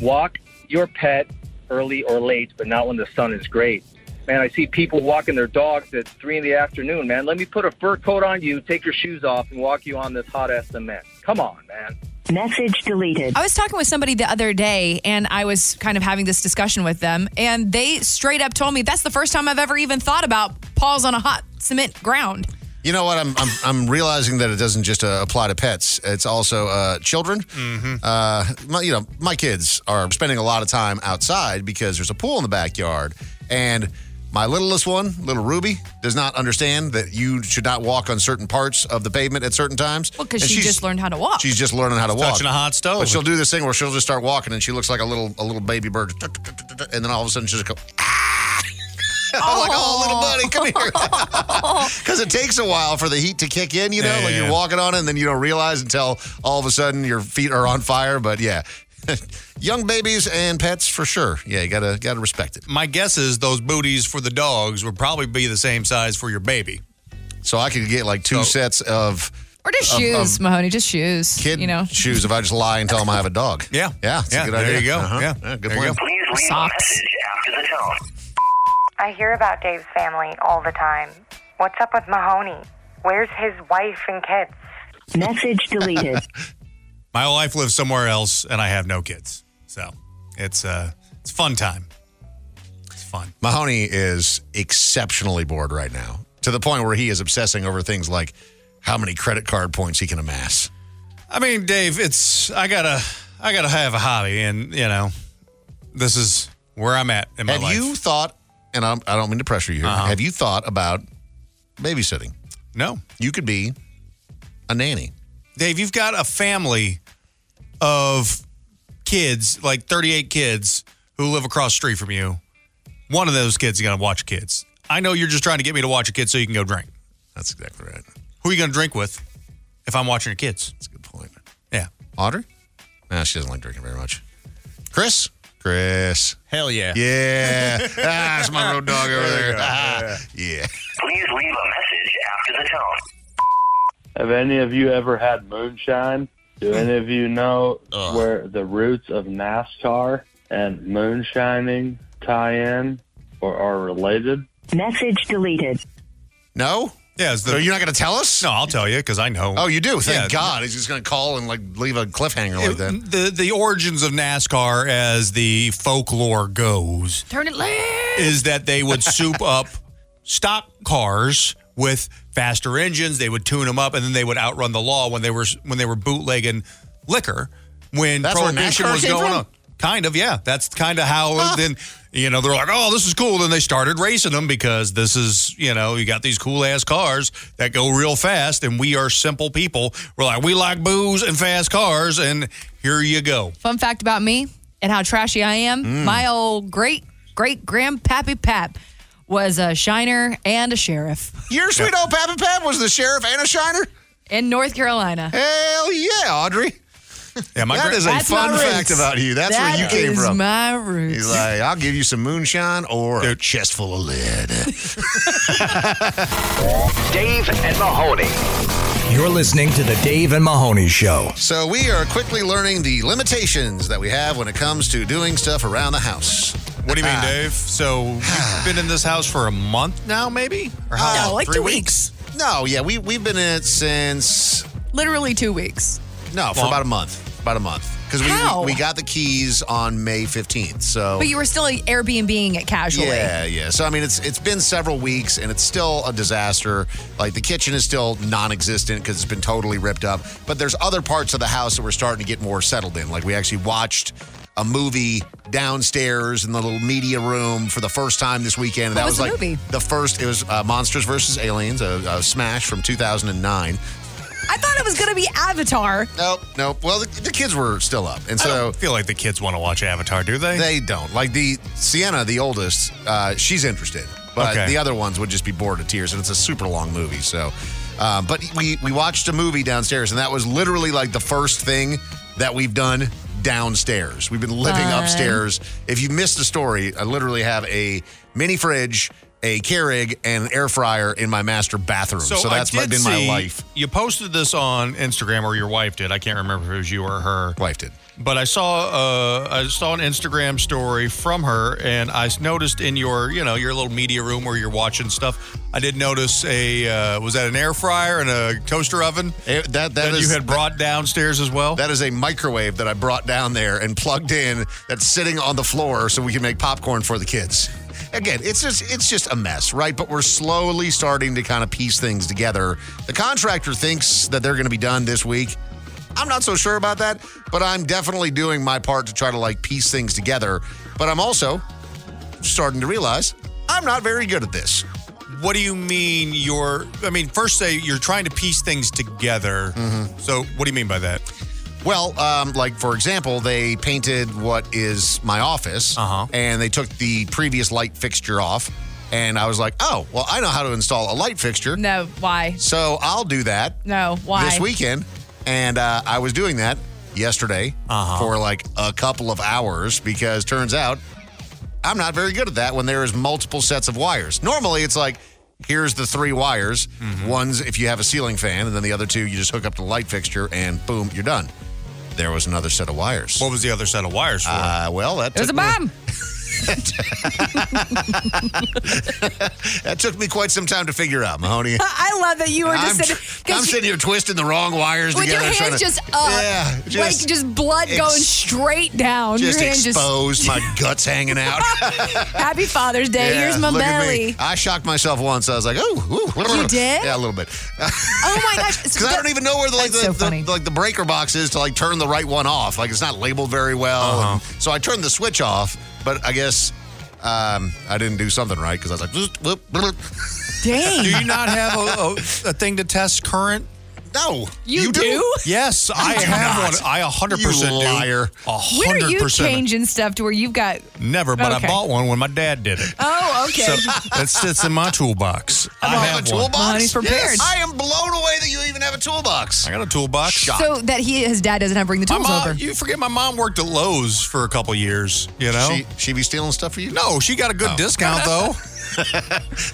Walk your pet early or late, but not when the sun is great. Man, I see people walking their dogs at 3 in the afternoon, man. Let me put a fur coat on you, take your shoes off, and walk you on this hot ass cement. Come on, man.
Message deleted.
I was talking with somebody the other day and I was kind of having this discussion with them and they straight up told me that's the first time I've ever even thought about paws on a hot cement ground.
You know what? I'm I'm, I'm realizing that it doesn't just uh, apply to pets. It's also uh, children. Uh, my, you know, my kids are spending a lot of time outside because there's a pool in the backyard, and my littlest one, little Ruby, does not understand that you should not walk on certain parts of the pavement at certain times.
Well, because
And
she
she's-
just learned how to walk.
She's just learning how to walk.
touching a hot stove.
But she'll do this thing where she'll just start walking, and she looks like a little a little baby bird, and then all of a sudden she'll just go. "Ah!" I'm like, oh, little buddy, come here. Because it takes a while for the heat to kick in, you know?
Yeah,
like
yeah,
you're
yeah.
walking on it and then you don't realize until all of a sudden your feet are on fire. But yeah, young babies and pets for sure. Yeah, you gotta gotta respect it.
my guess is those booties for the dogs would probably be the same size for your baby.
So I could get like two sets of
Or just
Of-
shoes,
of
Mahoney, just shoes.
um, kid
you know.
shoes if I just lie and tell them I have a dog.
Yeah.
yeah, it's
Yeah,
a good
there
idea.
you go.
Uh-huh.
Yeah.
good
There you
plan.
go.
Please leave a message after the tone.
I hear about Dave's family all the time. What's up with Mahoney? Where's his wife and kids?
Message deleted.
My wife lives somewhere else, and I have no kids, so it's uh it's a fun time. It's fun.
Mahoney is exceptionally bored right now to the point where he is obsessing over things like how many credit card points he can amass.
I mean, Dave, it's I gotta I gotta have a hobby, and you know, this is where I'm at in my
have
life.
you thought, and I'm, I don't mean to pressure you here, have you thought about babysitting?
No.
You could be a nanny.
Dave, you've got a family of kids, like 38 kids, who live across the street from you. One of those kids is gonna watch kids. I know you're just trying to get me to watch a kid so you can go drink.
That's exactly right.
Who are you gonna drink with if I'm watching your kids? That's
a good point.
Yeah.
Audrey? No, she doesn't like drinking very much. Chris? Chris.
Hell yeah.
Yeah. ah, it's my road dog over there. Ah, yeah.
Please leave a message after the tone.
Have any of you ever had moonshine? Do any of you know where the roots of NASCAR and moonshining tie in or are related?
Message deleted.
No?
Yeah. Is the,
you're not going to tell us?
No, I'll tell you because I know.
Oh, you do? Thank
Yeah.
God. He's just going to call and like leave a cliffhanger like that.
The the origins of NASCAR as the folklore goes
Turn it left.
is that they would soup up stock cars with faster engines, they would tune them up and then they would outrun the law when they were when they were bootlegging liquor when
That's where
prohibition
NASCAR
was
came
going
from?
on. Kind of, yeah. That's kind of how then you know they're like, "Oh, this is cool." Then they started racing them because this is, you know, you got these cool ass cars that go real fast and we are simple people. We're like, "We like booze and fast cars and here you go."
Fun fact about me and how trashy I am
Mm.
my old great great grandpappy Pap was a shiner and a sheriff.
Your sweet old Papa Pap was the sheriff and a shiner?
In North Carolina.
Hell yeah, Audrey.
Yeah,
my
that
gra-
is a
That's my
fun
roots.
fact about you. That's
That
where you came
is
from.
my roots.
He's like, I'll give you some moonshine or a chest full of lead.
Dave and Mahoney.
You're listening to The Dave and Mahoney Show.
So we are quickly learning the limitations that we have when it comes to doing stuff around the house.
What do
Ah.
you mean, Dave? So you've been in this house for a month now, maybe? Or
Oh.
how long? Three
No, yeah, we we've been in it since
Literally two weeks.
no for
Long.
about a month, about a month because
How?
we we got the keys on May fifteenth. So
But you were still Airbnbing it casually.
Yeah, yeah. So I mean, it's it's been several weeks, and it's still a disaster. Like the kitchen is still non-existent because it's been totally ripped up. But there's other parts of the house that we're starting to get more settled in. Like we actually watched a movie downstairs in the little media room for the first time this weekend. and
What
that
was
was
the
like
movie?
the first. It was uh, Monsters versus Aliens, a, a smash from 2009.
I thought it was going to be Avatar.
Nope, nope. Well, the, the kids were still up, and so
I feel like the kids want to watch Avatar, do they?
They don't. Like the Sienna, the oldest, uh, she's interested, but
Okay.
the other ones would just be bored to tears, and it's a super long movie. So, uh, but we we watched a movie downstairs, and that was literally like the first thing that we've done downstairs. We've been living
Fun.
upstairs. If you missed the story, I literally have a mini fridge. A Keurig and an air fryer in my master bathroom. So,
I
that's my,
did
been my
see
life.
You posted this on Instagram, or your wife did. I can't remember if it was you or her.
Wife did.
But I saw uh, I saw an Instagram story from her, and I s- noticed in your you know your little media room where you're watching stuff. I did notice a uh, was that an air fryer and a toaster oven
that
that
is-
you had brought downstairs as well.
That is a microwave that I brought down there and plugged in that's sitting on the floor so we can make popcorn for the kids. Again, it's just it's just a mess, right? But we're slowly starting to kind of piece things together. The contractor thinks that they're going to be done this week. I'm not so sure about that, but I'm definitely doing my part to try to like piece things together. But I'm also starting to realize I'm not very good at this.
What do you mean you're? I mean, first say you're trying to piece things together.
Mm-hmm.
So what do you mean by that?
Well, um, like for example, they painted what is my office, and they took the previous light fixture off, and I was like, oh, well, I know how to install a light fixture,
No, why?
so I'll do that
No, why?
this weekend. And uh, I was doing that yesterday for like a couple of hours because turns out I'm not very good at that when there is multiple sets of wires. Normally, it's like here's the three wires. One's if you have a ceiling fan, and then the other two you just hook up to the light fixture, and boom, you're done. There was another set of wires. What
was the other set of wires for?
Uh, well, that
It was a
took me-
bomb.
that took me quite some time to figure out, Mahoney.
I love that you were
I'm,
just sitting.
tr-
'cause
I'm
you-
sitting here twisting the wrong wires
with your
together. trying
hands
to-
just up,
Yeah,
like just blood
ex-
going straight down.
Just
your hand
exposed,
just
my guts hanging out.
Happy Father's Day.
Yeah,
Here's my
look at me.
belly.
I shocked myself once. I was like, "Oh, ooh,
You did?
Yeah, a little bit.
Oh my gosh! So
Because I
that-
don't even know where the like the,
That's so
the- like the breaker box is to like turn the right one off. Like it's not labeled very well. And so I turned the switch off, but I guess um, I didn't do something right because I was like, "Whoop, whoop, whoop."
Dang.
Do you not have a, a, a thing to test current?
No.
You You do? do?
Yes, I
do
have
not.
one. I 100%
You liar.
do. 100%.
When are you changing stuff to where you've got?
Never, but
Okay.
I bought one when my dad did it.
Oh, okay.
So that sits in my toolbox.
I
I
have
have
a
one.
toolbox.
Money's prepared.
Yes. I am blown away that you even have a toolbox.
I got a toolbox.
So that he, his dad, doesn't have to bring the
My
tools
mom,
over.
you forget my mom worked at Lowe's for a couple years. You know, Oh,
She, she be stealing stuff for you?
No, she got a good discount though.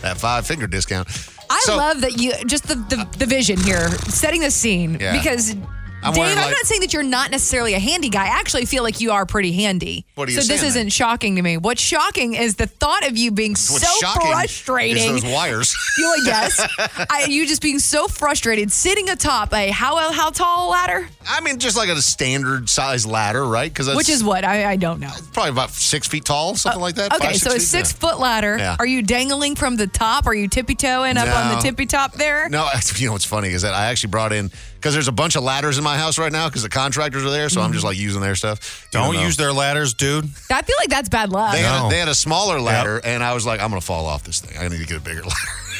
that five finger discount.
I I love that you just the, the, the vision here, setting the scene.
Yeah.
Because
I'm
Dave,
wearing,
I'm
like-
not saying that you're not necessarily a handy guy. I actually feel like you are pretty handy.
What are you
so this
saying,
isn't shocking to me. What's shocking is the thought of you being
What's
so
shocking
frustrating.
is those wires.
You like yes, I, you just being so frustrated, sitting atop a how how tall ladder,
I mean, just like a standard size ladder, right? Because
which is what I, I don't know.
probably about six feet tall, something like that.
Okay,
five,
so a
feet?
six
Yeah.
foot ladder.
Yeah.
Are you dangling from the top? Are you tippy toeing up on
No.
the tippy top there?
No, you know what's funny is that I actually brought in because there's a bunch of ladders in my house right now because the contractors are there, so
Mm-hmm.
I'm just like using their stuff.
Don't use their ladders, dude.
I feel like that's bad luck.
They, had, a, they had a smaller ladder, and I was like, I'm gonna fall off this thing. I need to get a bigger ladder.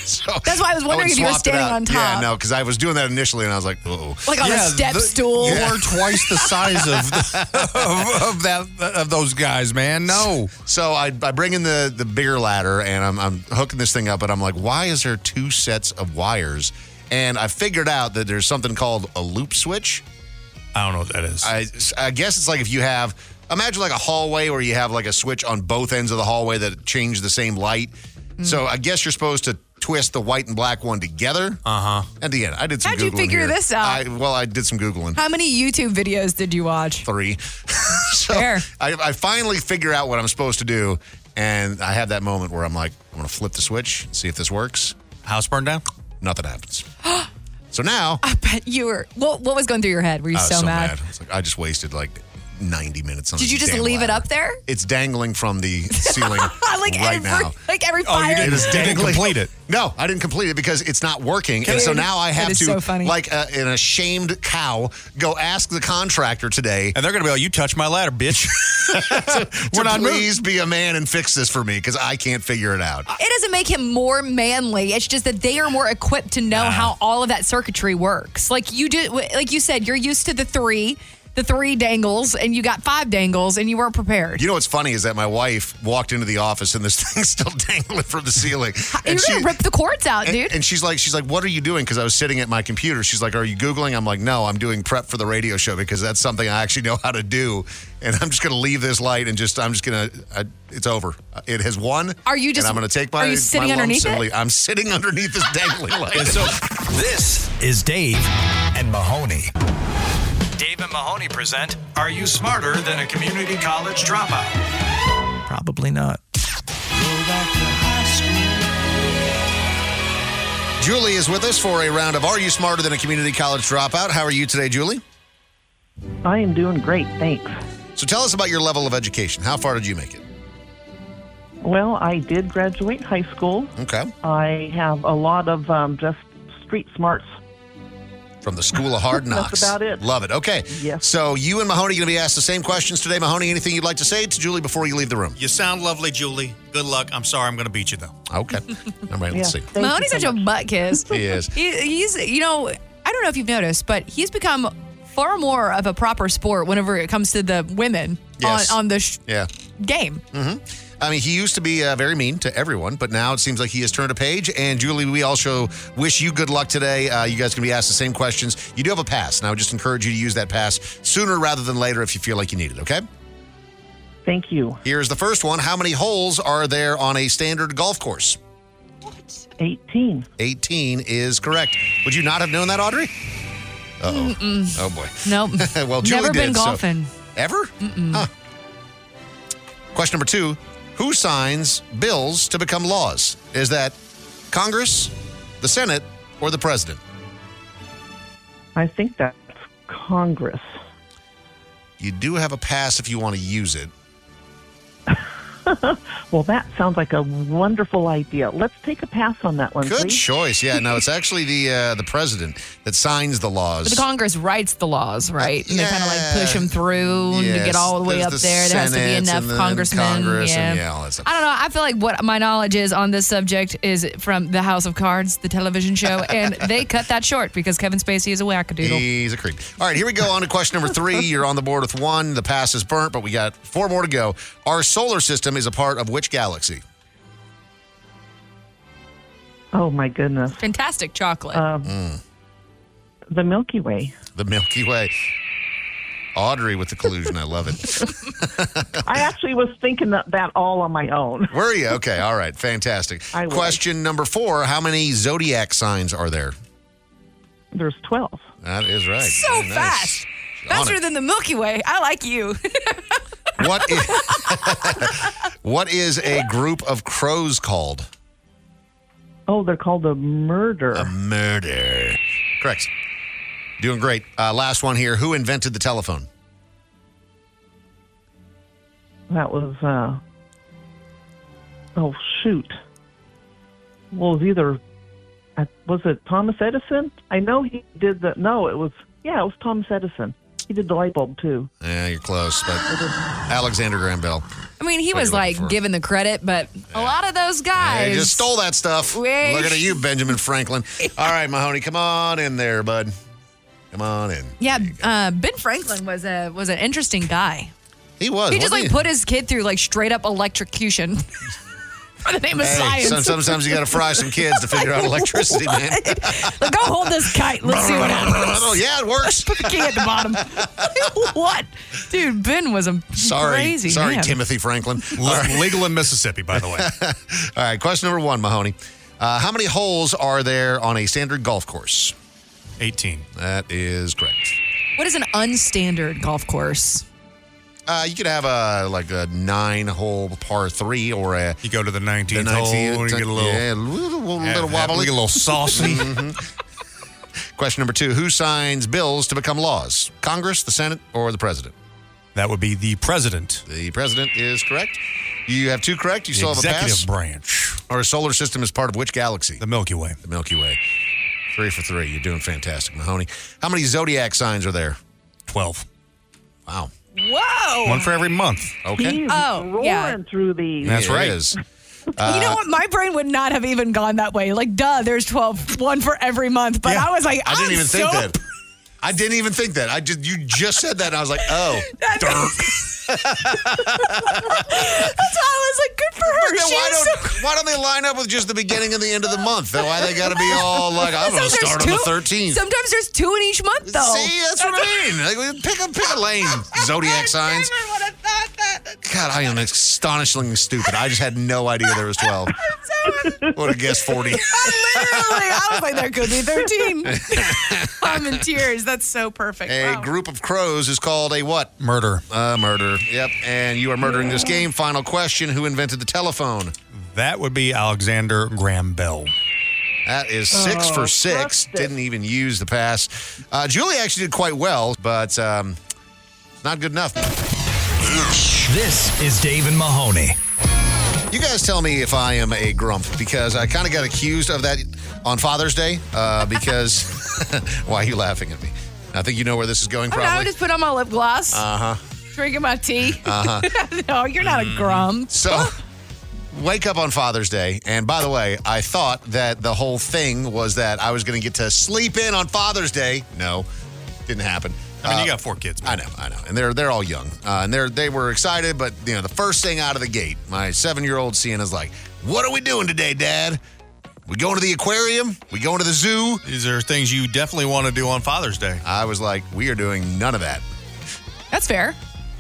so
That's why I was wondering
went
if you were
swapped it
standing
out.
on top.
Yeah, no, because I was doing that initially, and I was like, oh,
Like on a step stool.
Or twice the size of, the, of, of that of those guys, man.
Oh.
No.
So I, I bring in the, the bigger ladder and I'm, I'm hooking this thing up, and I'm like, why is there two sets of wires? And I figured out that there's something called a loop switch.
I don't know what that is.
I, I guess it's like if you have, imagine like a hallway where you have like a switch on both ends of the hallway that change the same light.
Mm.
So I guess you're supposed to twist the white and black one together. Uh huh. At the end, I did some
Uh-huh. How'd
Googling.
you figure
here.
this out?
I, well, I did some Googling.
How many YouTube videos did you watch?
Three. so I, I finally figure out what I'm supposed to do, and I have that moment where I'm like, I'm gonna flip the switch, see if this works.
House burned down.
Nothing happens. so now
I bet you were. What, what was going through your head? Were you
I was
so, mad?
I was like, I just wasted like 90 minutes on.
Did
this
you just
damn
leave it
ladder.
up there?
It's dangling from the ceiling
like
right
every
now. Oh,
like every fire.
It is
You didn't
dangling.
complete it.
No, I didn't complete it because it's not working, and
Dude,
so now I
that
have to,
is so funny.
like uh, a, an ashamed cow, go ask the contractor today.
And they're gonna be like, "You touched my ladder, bitch."
We're not please be a man and fix this for me because I can't figure it out.
It doesn't make him more manly. It's just that they are more equipped to know how all of that circuitry works. Like you do, like you said, you're used to the three, the three dangles, and you got five dangles, and you weren't prepared.
You know what's funny is that my wife walked into the office and this thing's still dangling from the ceiling.
You're
And
gonna rip the cords out,
and,
dude.
and she's like, she's like, what are you doing? Because I was sitting at my computer. She's like, are you googling? I'm like, no, I'm doing prep for the radio show because that's something I actually know how to do. And I'm just gonna leave this light and just I'm just gonna. I, it's over. It has won.
Are you just-
And I'm gonna take my.
are you
my
sitting
lumps
underneath
and
it?
leave. I'm sitting underneath this dangling light.
So this is Dave and Mahoney.
Dave and Mahoney present Are You Smarter Than a Community College Dropout?
Probably not.
Julie is with us for a round of Are You Smarter Than a Community College Dropout? How are you today, Julie?
I am doing great, thanks.
So tell us about your level of education. How far did you make it?
Well, I did graduate high school.
Okay.
I have a lot of um, just street smarts.
From the School of Hard
That's
Knocks.
about it.
Love it. Okay. Yes. So you and Mahoney going to be asked the same questions today. Mahoney, anything you'd like to say to Julie before you leave the room?
You sound lovely, Julie. Good luck. I'm sorry, I'm gonna beat you though.
Okay. All right. Let's see.
Mahoney's such a butt kiss.
He is.
He, he's, you know, I don't know if you've noticed, but he's become far more of a proper sport whenever it comes to the women
Yes.
on, on the sh-
Yeah.
game.
hmm I mean, he used to be uh, very mean to everyone, but now it seems like he has turned a page. And Julie, we also wish you good luck today. Uh, you guys can be asked the same questions. You do have a pass, and I would just encourage you to use that pass sooner rather than later if you feel like you need it. Okay.
Thank you.
Here's the first one. How many holes are there on a standard golf course?
18.
18 is correct. Would you not have known that, Audrey? Uh oh.
Mm-mm.
Oh, boy.
Nope.
well, Julie
Never
did,
been
so-
golfing.
Ever? Huh. Question number two Who signs bills to become laws? Is that Congress, the Senate, or the President?
I think that's Congress.
You do have a pass if you want to use it.
Well, that sounds like a wonderful idea. Let's take a pass on that one,
Good
please.
choice. Yeah, no, it's actually the uh, the president that signs the laws.
But the Congress writes the laws, right? And they kind of like push them through to
Yes,
get all the way
there's
up
the
there. There has to be
Senate
enough
and then
congressmen.
Congress
yeah.
and yeah, all that stuff.
I don't know. I feel like what my knowledge is on this subject is from The House of Cards, the television show, and they cut that short because Kevin Spacey is a wackadoodle.
He's a creep. All right, here we go on to question number three. You're on the board with one. The pass is burnt, but we got four more to go. Our solar system is a part of which galaxy?
Oh, my goodness.
Fantastic chocolate.
Um, The Milky Way.
The Milky Way. Audrey with the collusion. I love it.
Uh,
I actually was thinking that, that all on my own.
Were you? Okay. All right. Fantastic.
I was.
Question number four How many zodiac signs are there?
There's 12.
That is right.
So
Very nice.
fast.
She's on
Faster
it.
than the Milky Way. I like you.
What is, what is a group of crows called?
Oh, they're called a murder.
Um,
A murder. Correct. Doing great. Uh, last one here. Who invented the telephone?
That was, uh, oh, shoot. Well, it was either, uh, was it Thomas Edison? I know he did the, no, it was, yeah, it was Thomas Edison. He did the light bulb, too.
Yeah, you're close, but Alexander Graham Bell.
I mean, he
What are
was
you looking
like
for?
given the credit, but a lot of those guys
They just stole that stuff.
Wait.
Looking at you, Benjamin Franklin. All right, Mahoney, come on in there, bud. Come on in.
Yeah, uh, Ben Franklin was a was an interesting guy.
He was.
He just
wasn't
like put his kid through like straight up electrocution for the name of
Hey,
science.
some- sometimes you got to fry some kids to figure out electricity, man.
Like, go hold this kite. Let's see what
Oh,
happens.
yeah, it works.
Put the key at the bottom. what, dude? Ben was a
Sorry,
crazy.
sorry,
man.
Timothy Franklin.
Legal in Mississippi, by the way.
All right, question number one, Mahoney. Uh, how many holes are there on a standard golf course?
18.
That is correct.
What is an unstandard golf course?
Uh, you could have a like a nine-hole par three, or a
you go to the nineteenth
the 19th,
hole, you get a little-
yeah, a little, little,
Have-
little
have-
wobbly,
we get a little saucy.
Mhm. Question number two: Who signs bills to become laws? Congress, the Senate, or the President?
That would be the president.
The President is correct. You have two correct. You
The
still have a
executive
pass.
branch.
Our solar system is part of which galaxy? The
Milky Way.
The Milky Way. Three for three. You're doing fantastic, Mahoney. How many zodiac signs are there?
Twelve.
Wow.
Whoa.
One for every month.
Okay.
He's
Oh,
roaring
yeah.
through these.
That's
It
right.
is.
you know
Uh,
what? My brain would not have even gone that way. Like, duh, there's 12, one for every month. But
Yeah.
I was like,
I didn't
I'm
even
so
think that. I didn't even think that. I just you just said that, and I was like, oh, dark.
That's why I was like, good for her.
Then
She
why,
was
don't, why don't they line up with just the beginning and the end of the month? Then why they got to be all like, I'm going to
Sometimes
start on
there's
the
two-
13th.
Sometimes there's two in each month, though.
See, that's what I mean. Like, pick a pick a lane. Zodiac signs. God, I am astonishingly stupid. I just had no idea there was 12. Would have guessed 40.
uh, Literally, I was like, there could be 13. I'm in tears. That's so perfect.
A
Wow.
group of crows is called a what?
Murder.
Uh, murder. Yep. And you are murdering this game. Final question Who invented the telephone?
That would be Alexander Graham Bell.
That is six
Oh,
for six.
busted.
Didn't even use the pass. Uh, Julie actually did quite well, but um, not good enough.
This is Dave and Mahoney.
You guys tell me if I am a grump because I kind of got accused of that on Father's Day uh, because why are you laughing at me? I think you know where this is going
Oh, I don't know, I
probably.
just put on my lip gloss,
Uh huh.
drinking my tea.
Uh-huh.
no, you're not a grump.
So wake up on Father's Day. And by the way, I thought that the whole thing was that I was going to get to sleep in on Father's Day. No, didn't happen.
I mean,
Uh,
you got four kids.
I know, I know, and they're they're all young, uh, and they're they were excited, but you know the first thing out of the gate, my seven year old Sienna's like, "What are we doing today, Dad? We going to the aquarium? We going to the zoo?"
These are things you definitely want to do on Father's Day.
I was like, "We are doing none of that."
That's fair.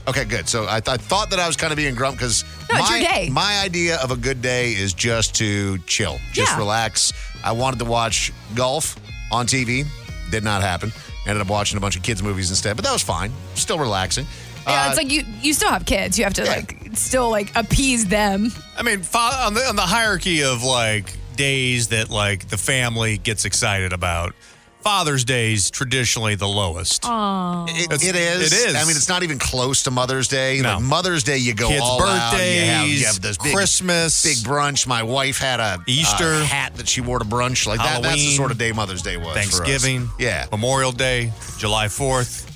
Okay, good. So I, th- I thought that I was kind of being grump because
No, it's
my
your day.
my idea of a good day is just to chill, just
Yeah.
relax. I wanted to watch golf on TV, did not happen. Ended up watching a bunch of kids movies instead, but that was fine. Still relaxing.
Yeah,
Uh,
it's like you you still have kids. You have to like still like appease them.
I mean, fa- on the on the hierarchy of like days that like the family gets excited about, Father's Day's traditionally the lowest.
Oh.
It,
It's-
it is.
it is.
I mean, it's not even close to Mother's Day.
No.
Like Mother's Day, you go
Kids'
all out. You have, you
birthdays,
have those big,
Christmas,
big brunch. My wife had a
Easter.
uh, hat that she wore to brunch. Like that. That's the
Halloween.
sort of day Mother's Day was. for us.
Thanksgiving,
Yeah.
Memorial Day, July Fourth,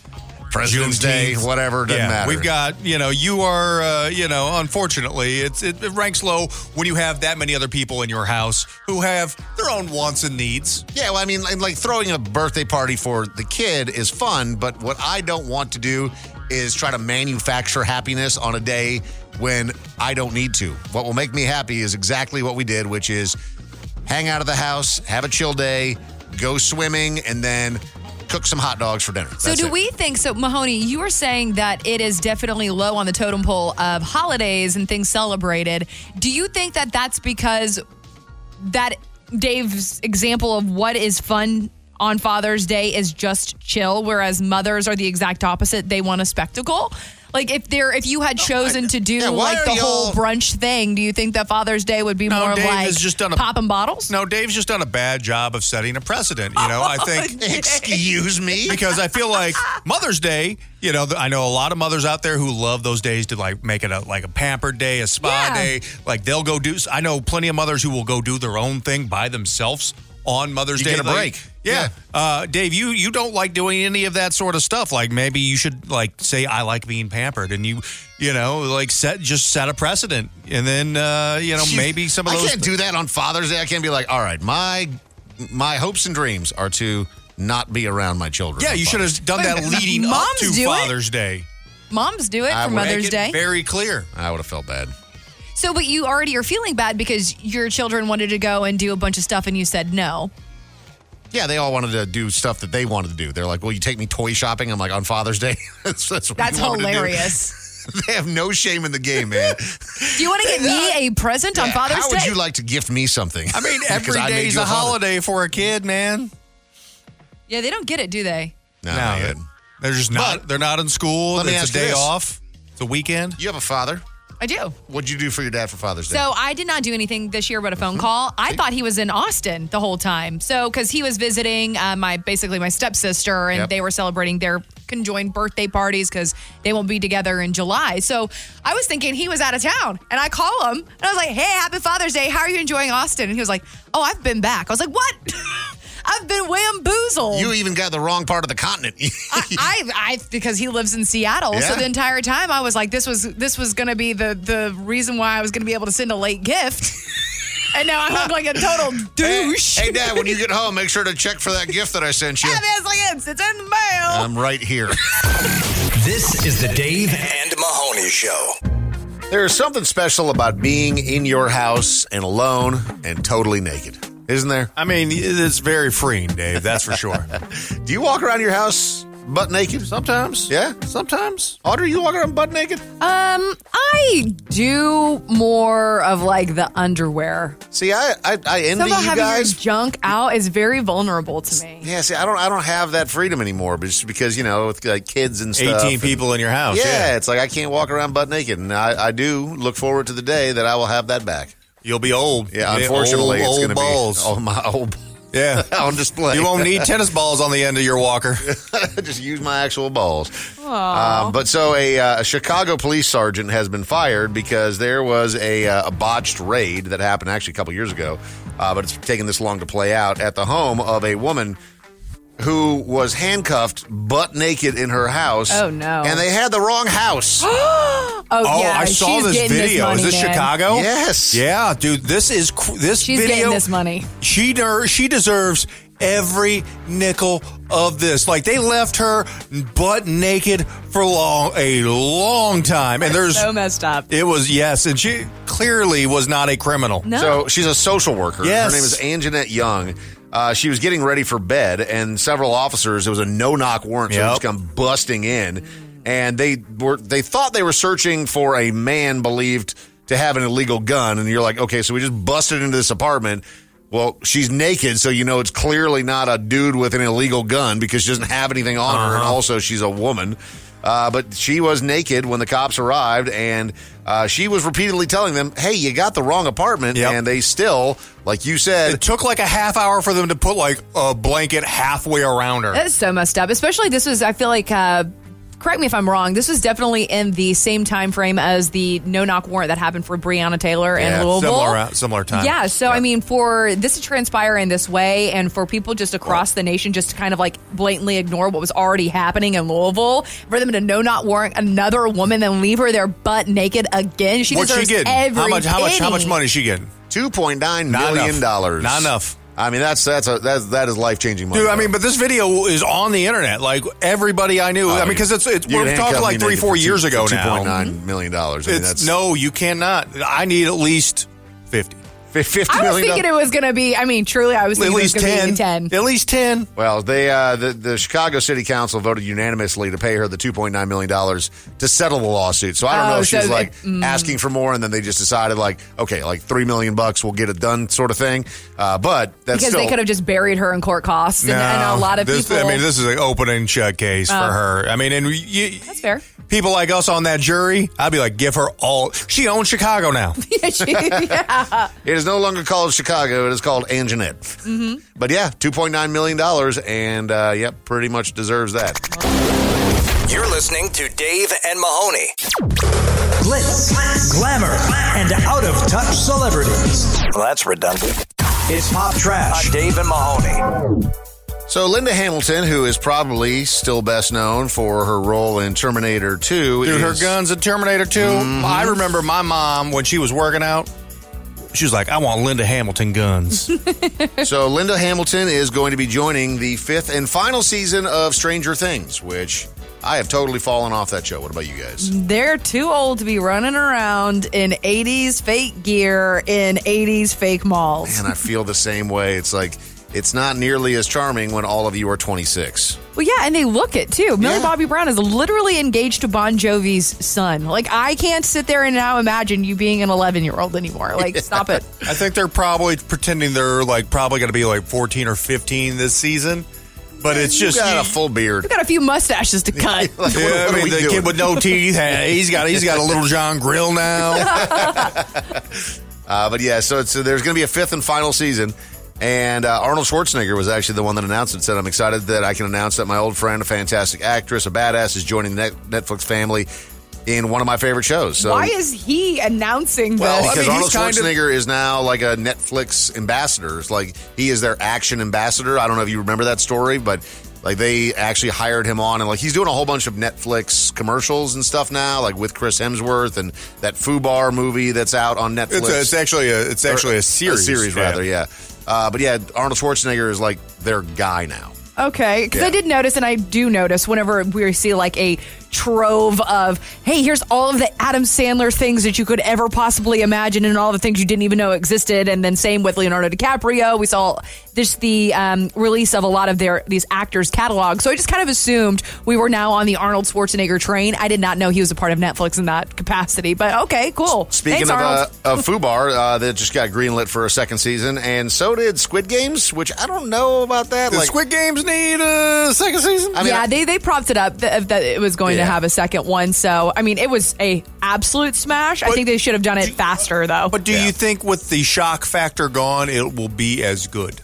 President's Day, whatever, doesn't
yeah,
matter.
We've got you know you are uh, you know unfortunately it's it, it ranks low when you have that many other people in your house who have their own wants and needs.
Yeah, well, I mean, like, like throwing a birthday party for the kid is fun, but what I don't want to do is try to manufacture happiness on a day when I don't need to. What will make me happy is exactly what we did, which is hang out of the house, have a chill day, go swimming, and then cook some hot dogs for dinner.
So
That's
do
it.
we think so, Mahoney? You were saying that it is definitely low on the totem pole of holidays and things celebrated. Do you think that that's because that Dave's example of what is fun on Father's Day is just chill, whereas mothers are the exact opposite? They want a spectacle. Like if there, if you had chosen to do
yeah, why
like
are
the
y'all-
whole brunch thing, do you think that Father's Day would be more of
Dave
like
has just done a-
popping bottles?
No, Dave's just done a bad job of setting a precedent. You know, I think.
Oh, Excuse me?
Because I feel like Mother's Day, you know, th- I know a lot of mothers out there who love those days to like make it a, like a pampered day, a spa
Yeah.
day. Like they'll go do, I know plenty of mothers who will go do their own thing by themselves on Mother's
You
Day.
get a
Like,
break.
yeah. Uh, Dave, you, you don't like doing any of that sort of stuff. Like maybe you should like say, I like being pampered and you, you know, like set, just set a precedent. And then, uh, you know, maybe some of
I
those.
can't do that on Father's Day. I can't be like, all right, my my hopes and dreams are to not be around my children.
Yeah,
on
you should
Father's
have done that
Day.
leading
Moms
up
do
to
it.
Father's Day.
Moms do it
I
for
would make
Mother's
it
Day.
Very clear.
I would have felt bad.
So, but you already are feeling bad because your children wanted to go and do a bunch of stuff and you said no.
Yeah, they all wanted to do stuff that they wanted to do. They're like, "Will you take me toy shopping?" I'm like, "On Father's Day." that's that's, what
That's
you want me to do."
hilarious.
they have no shame in the game, man.
Do you want to get me a present on Father's
How
Day?
would you like to gift me something?
I mean,
Because
every
I made
day's
you
a
father.
holiday for a kid, man.
yeah, they don't get it, do they?
No,
No,
man.
They're just not. they're not in school.
Let me
It's a
ask you
day
this.
off. It's a weekend.
You have a father.
I do.
What'd you do for your dad for Father's Day?
So I did not do anything this year but a phone call. I thought he was in Austin the whole time. So because he was visiting uh, my basically my stepsister and
Yep.
they were celebrating their conjoined birthday parties because they won't be together in July. So I was thinking he was out of town and I call him and I was like, "Hey, happy Father's Day. How are you enjoying Austin?" And he was like, "Oh, I've been back." I was like, "What?" I've been wamboozled.
you even got the wrong part of the continent.
I, I because he lives in Seattle, so
Yeah.
the entire time I was like, this was this was gonna be the the reason why I was gonna be able to send a late gift, and now I look like a total douche.
hey, Dad, when you get home, make sure to check for that gift that I sent you.
Yeah, that's like it's it's in the mail.
Um,
I'm right here.
This is the Dave
and Mahoney Show.
There is something special about being in your house and alone and totally naked, isn't there?
I mean, it's very freeing, Dave. That's for sure.
Do you walk around your house butt naked sometimes? Yeah, sometimes. Audrey, you walk around butt naked?
Um, I do more of like the underwear.
See, I I, I envy
Somehow
you
having
guys.
your junk out is very vulnerable to me.
Yeah, see, I don't, I don't have that freedom anymore, but just because you know, with like kids and stuff,
18
and-
people in your house, yeah.
it's like I can't walk around butt naked, and I, I do look forward to the day that I will have that back.
You'll be old.
Yeah, unfortunately,
old,
it's
old
going to be
balls.
all my old
Oh, Yeah,
on display.
You won't need tennis balls on the end of your walker.
just use my actual balls. Um, but so a, uh, a Chicago police sergeant has been fired because there was a, uh, a botched raid that happened actually a couple years ago, uh, but it's taken this long to play out at the home of a woman who was handcuffed butt naked in her house.
Oh, no.
And they had the wrong house.
oh,
Oh,
yeah,
I saw
she's
this
getting
video.
money,
is this
man.
Chicago?
Yes.
Yeah, dude. This is cr- this
She's
video.
getting this money.
She der- she deserves every nickel of this. Like they left her butt naked for long a long time, and there's
so messed up.
It was yes, and she clearly was not a criminal.
So she's a social worker.
Yes.
Her name is Anjanette Young. Uh, she was getting ready for bed, and several officers. It was a no-knock warrant, so they
Yep.
just come busting in, and they were they thought they were searching for a man believed to have an illegal gun, and you're like, okay, so we just busted into this apartment. Well, she's naked, so you know it's clearly not a dude with an illegal gun because she doesn't have anything on her,
Uh-huh.
and also she's a woman. Uh, but she was naked when the cops arrived, and uh, she was repeatedly telling them, "Hey, you got the wrong apartment," and they still, like you said,
it took like a half hour for them to put like a blanket halfway around her.
That is so messed up. Especially this was, I feel like, uh, correct me if I'm wrong. This was definitely in the same time frame as the no knock warrant that happened for Breonna Taylor
Yeah,
and Louisville.
similar uh, similar time.
Yeah, so I mean, for this to transpire in this way, and for people just across the nation just to kind of like blatantly ignore what was already happening in Louisville, for them to no not warrant another woman and leave her there butt naked again, she
What's she
deserves
getting?
every
How much? How much? How much
penny.
money is she getting?
two point nine
Not enough.
million dollars.
Not enough.
I mean, that's that's a that's that is life changing money.
Dude, I mean, but this video is on the internet. Like everybody I knew. I mean, because it's, it's
Uh, You
we're
can
talking
handcuff
like
me
three,
naked
four
for two-
years
for
ago
Two
now.
point nine million dollars. I mean,
It's
that's
no, you cannot. I need at least fifty.
Fifty
I was
million
thinking it was going to be, I mean, truly, I was
At
thinking
least
it was going
10.
to be 10.
At least 10.
Well, they uh, the the Chicago City Council voted unanimously to pay her the two point nine million dollars to settle the lawsuit. So I don't
Oh,
know if she
so
was
they-
like
mm.
asking for more, and then they just decided like, okay, like three million bucks, we'll get it done, sort of thing. Uh, but that's
because
still,
they could have just buried her in court costs. And, and a lot of
this,
people.
I mean, this is an open and shut case
Oh.
for her. I mean, and you,
that's fair.
people like us on that jury, I'd be like, give her all. She owns Chicago now.
yeah. she- yeah.
It is no longer called Chicago; it is called Anjanette.
Mhm.
But yeah, two point nine million dollars, and uh, yep, pretty much deserves that.
You're listening to Dave and Mahoney.
Glitz, glamour, and out of touch celebrities.
Well, that's redundant.
It's pop trash.
Dave and Mahoney.
So Linda Hamilton, who is probably still best known for her role in Terminator Two,
Dude, her
is-
guns in Terminator 2. I remember my mom when she was working out. She was like, I want Linda Hamilton guns.
so Linda Hamilton is going to be joining the fifth and final season of Stranger Things, which I have totally fallen off that show. What about you guys?
They're too old to be running around in 80s fake gear in 80s fake malls.
And I feel the same way. It's like it's not nearly as charming when all of you are 26.
Well, yeah, and they look it too. Millie Bobby Brown is literally engaged to Bon Jovi's son. Like, I can't sit there and now imagine you being an 11 year old anymore. Like, stop it.
I think they're probably pretending they're like probably going to be like 14 or 15 this season. But it's
You
just
got a full beard.
We've got a few mustaches to cut.
Like, what-
yeah,
what
I
are
mean
we
the
doing?
kid with no teeth. hey, He's got he's got a little John Grill now.
Uh, but yeah, so, it's, so there's going to be a fifth and final season. And uh, Arnold Schwarzenegger was actually the one that announced it. Said, "I'm excited that I can announce that my old friend, a fantastic actress, a badass, is joining the Net- Netflix family in one of my favorite shows." So
Why is he announcing
Well,
this?
because Arnold Schwarzenegger is now like a Netflix ambassador. It's like he is their action ambassador. I don't know if you remember that story, but like they actually hired him on, and like he's doing a whole bunch of Netflix commercials and stuff now, like with Chris Hemsworth and that Foo Bar movie that's out on Netflix.
It's, a, it's actually a it's
Or-
actually a series.
series rather, yeah. Uh, but yeah, Arnold Schwarzenegger is like their guy now.
Okay, because
Yeah.
I did notice, and I do notice whenever we see like a trove of, hey, here's all of the Adam Sandler things that you could ever possibly imagine, and all the things you didn't even know existed. And then same with Leonardo DiCaprio, we saw this the um, release of a lot of their these actors' catalogs. So I just kind of assumed we were now on the Arnold Schwarzenegger train. I did not know he was a part of Netflix in that capacity, but okay, cool.
Speaking
Thanks,
of
Arnold.
uh, of Fubar, uh, that just got greenlit for a second season, and so did Squid Games, which I don't know about that.
Does
like
Squid Games need a second season?
yeah, they they propped it up that, that it was going
Yeah.
to have a second one. So I mean, it was a absolute smash. I think they should have done it faster though.
But do you think with the shock factor gone, it will be as good?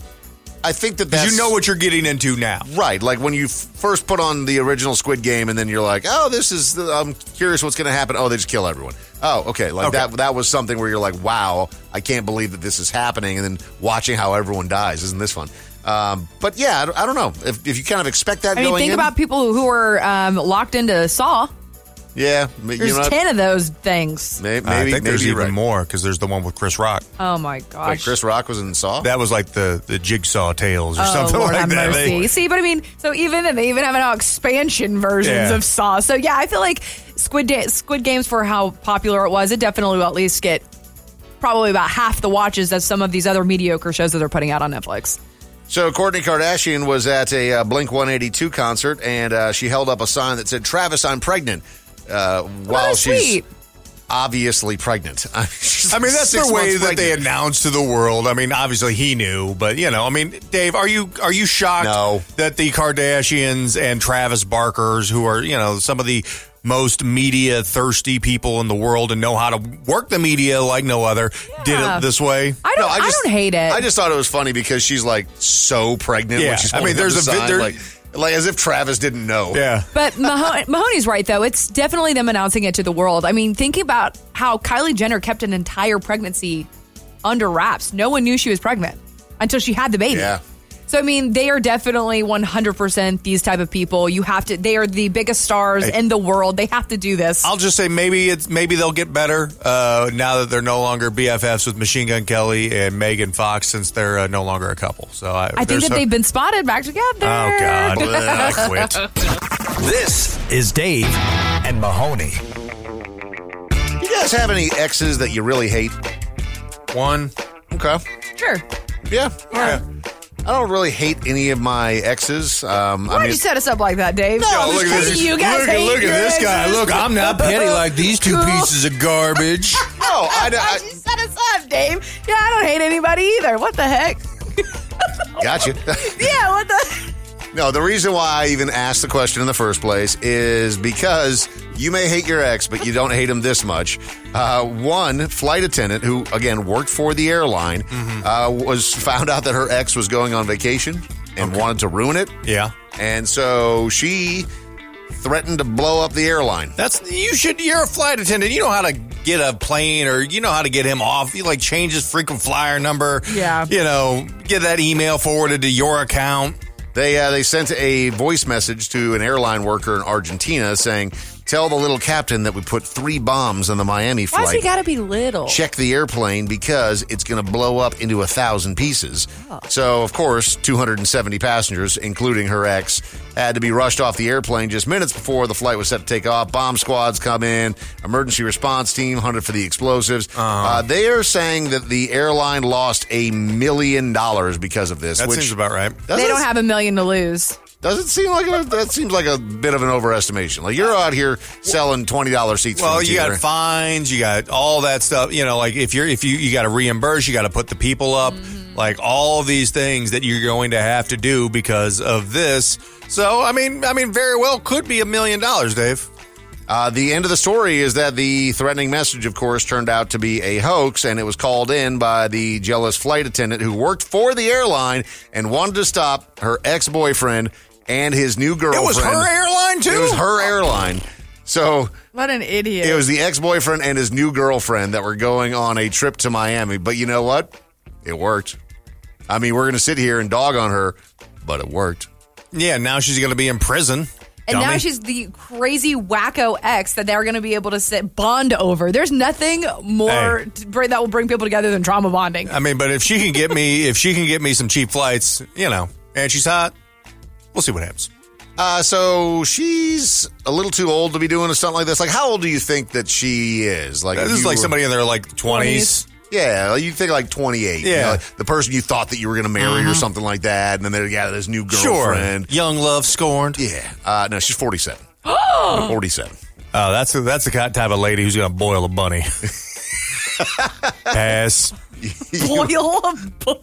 I think that
'Cause
that's
you know what you're getting into now.
right. Like when you f- first put on the original Squid Game, and then you're like, "Oh, this is. The, I'm curious what's going to happen." Oh, they just kill everyone. Oh, okay. Like
Okay.
that. That was something where you're like, "Wow, I can't believe that this is happening." And then watching how everyone dies, isn't this fun? Um, but yeah, I don't, I don't know if, if you kind of expect that
I mean,
going
think
in.
about people who were um, locked into Saw.
yeah, m- you
There's
know,
ten of those things.
may- maybe
I think
maybe
there's
you're
even
right.
more because there's the one with Chris Rock.
Oh my
Wait,
gosh.
Chris Rock was in Saw.
That was like the the Jigsaw Tales or
Oh,
something
Lord
like
have
that. They-
mercy. See, but I mean, so even and they even have now expansion versions
Yeah.
of Saw. So yeah, I feel like Squid da- Squid Games for how popular it was, it definitely will at least get probably about half the watches as some of these other mediocre shows that they're putting out on Netflix.
So Courtney Kardashian was at a uh, Blink 182 concert, and uh, she held up a sign that said, "Travis, I'm pregnant," uh, while
that's
she's
sweet.
obviously pregnant. I
I mean, that's the way that they announced to the world. I mean, obviously he knew, but you know, I mean, Dave, are you are you shocked that the Kardashians and Travis Barkers, who are you know some of the most media thirsty people in the world and know how to work the media like no other, did
Yeah.
it this way?
I don't. I, don't hate it.
I just thought it was funny because she's like so pregnant.
Yeah,
when she's
I mean,
holding up
there's
the
a vi-
sign,
there-
like, like as if Travis didn't know.
Yeah.
But Maho- Mahoney's right, though. It's definitely them announcing it to the world. I mean, thinking about how Kylie Jenner kept an entire pregnancy under wraps. No one knew she was pregnant until she had the baby.
Yeah.
So I mean, they are definitely 100% these type of people. You have to. They are the biggest stars
Hey.
in the world. They have to do this.
I'll just say maybe it's maybe they'll get better uh, now that they're no longer BFFs with Machine Gun Kelly and Megan Fox since they're uh, no longer a couple. So I,
I think
there's
that
hope.
they've been spotted back together.
Oh, God. Blech, I quit.
This is Dave and Mahoney.
You guys have any exes that you really hate?
One.
Okay.
Sure.
Yeah. All right. I don't really hate any of my exes. Um, I
Why'd
mean,
you set us up like that, Dave? No,
Oh,
I'm just kidding. You guys
Look at-
hate
look at
your
this guy.
exes.
Look, I'm not
petty like these two
Cool.
pieces of garbage.
No, oh, I,
Why'd you set us up, Dave? Yeah, I don't hate anybody either. What the heck?
gotcha.
Yeah, what the?
no, the reason why I even asked the question in the first place is because you may hate your ex, but you don't hate him this much. Uh, one flight attendant who, again, worked for the airline, uh, was found out that her ex was going on vacation and wanted to ruin it.
Yeah.
And so she threatened to blow up the airline.
That's you should. You're a flight attendant. You know how to get a plane, or you know how to get him off. You like change his frequent flyer number.
Yeah.
You know, get that email forwarded to your account.
They uh, they sent a voice message to an airline worker in Argentina saying, "Tell the little captain that we put three bombs on the Miami flight.
Why's he got to be little?
Check the airplane because it's going to blow up into a thousand pieces."
Oh.
So of course, 270 passengers, including her ex, had to be rushed off the airplane just minutes before the flight was set to take off. Bomb squads come in, emergency response team hunted for the explosives.
Uh-huh.
uh they are saying that the airline lost a million dollars because of this.
That
which
seems about right.
they don't have a million to lose.
Doesn't seem like a, that seems like a bit of an overestimation. Like
Uh,
you're out here selling twenty dollars seats.
Well,
for the
you got
theater.
fines, you got all that stuff. You know, like if you're if you you got to reimburse, you got to put the people up, like all these things that you're going to have to do because of this. So, I mean, I mean, very well could be a million dollars, Dave.
Uh, the end of the story is that the threatening message, of course, turned out to be a hoax, and it was called in by the jealous flight attendant who worked for the airline and wanted to stop her ex boyfriend and his new girlfriend.
her airline, too?
It was her airline. So
What an idiot.
It was the ex boyfriend and his new girlfriend that were going on a trip to Miami. But you know what? It worked. I mean, we're going to sit here and dog on her, but it worked.
Yeah, now she's going to be in prison.
And now she's the crazy wacko ex that they're going to be able to sit bond over. There's nothing more
Hey.
to bring, that will bring people together than trauma bonding.
I mean, but if she can get me, if she can get me some cheap flights, you know, and she's hot, we'll see what happens.
Uh, so she's a little too old to be doing something like this. Like, how old do you think that she is? Like,
This
if
is
you
like
were-
somebody in their like twenties.
Yeah, you think like twenty eight. you
Yeah.
know, like the person you thought that you were going to marry or
Mhm.
something like that, and then they got this new
Sure.
girlfriend.
Young love scorned.
Yeah, uh, no, she's forty seven.
Oh,
Forty-seven.
Oh, that's that's the kind- type of lady who's going to boil a bunny. Pass.
boil a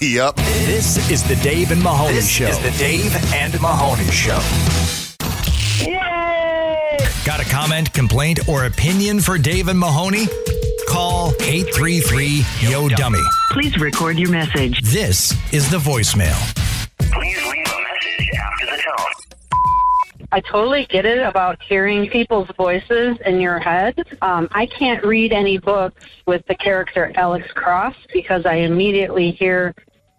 yep.
This is the Dave and Mahoney Show. This is the Dave and Mahoney Show.
Got a comment, complaint, or opinion for Dave and Mahoney? Call 833 Yo Dummy.
Please record your message.
This is the voicemail.
I totally get it about hearing people's voices in your head. Um, I can't read any books with the character Alex Cross because I immediately hear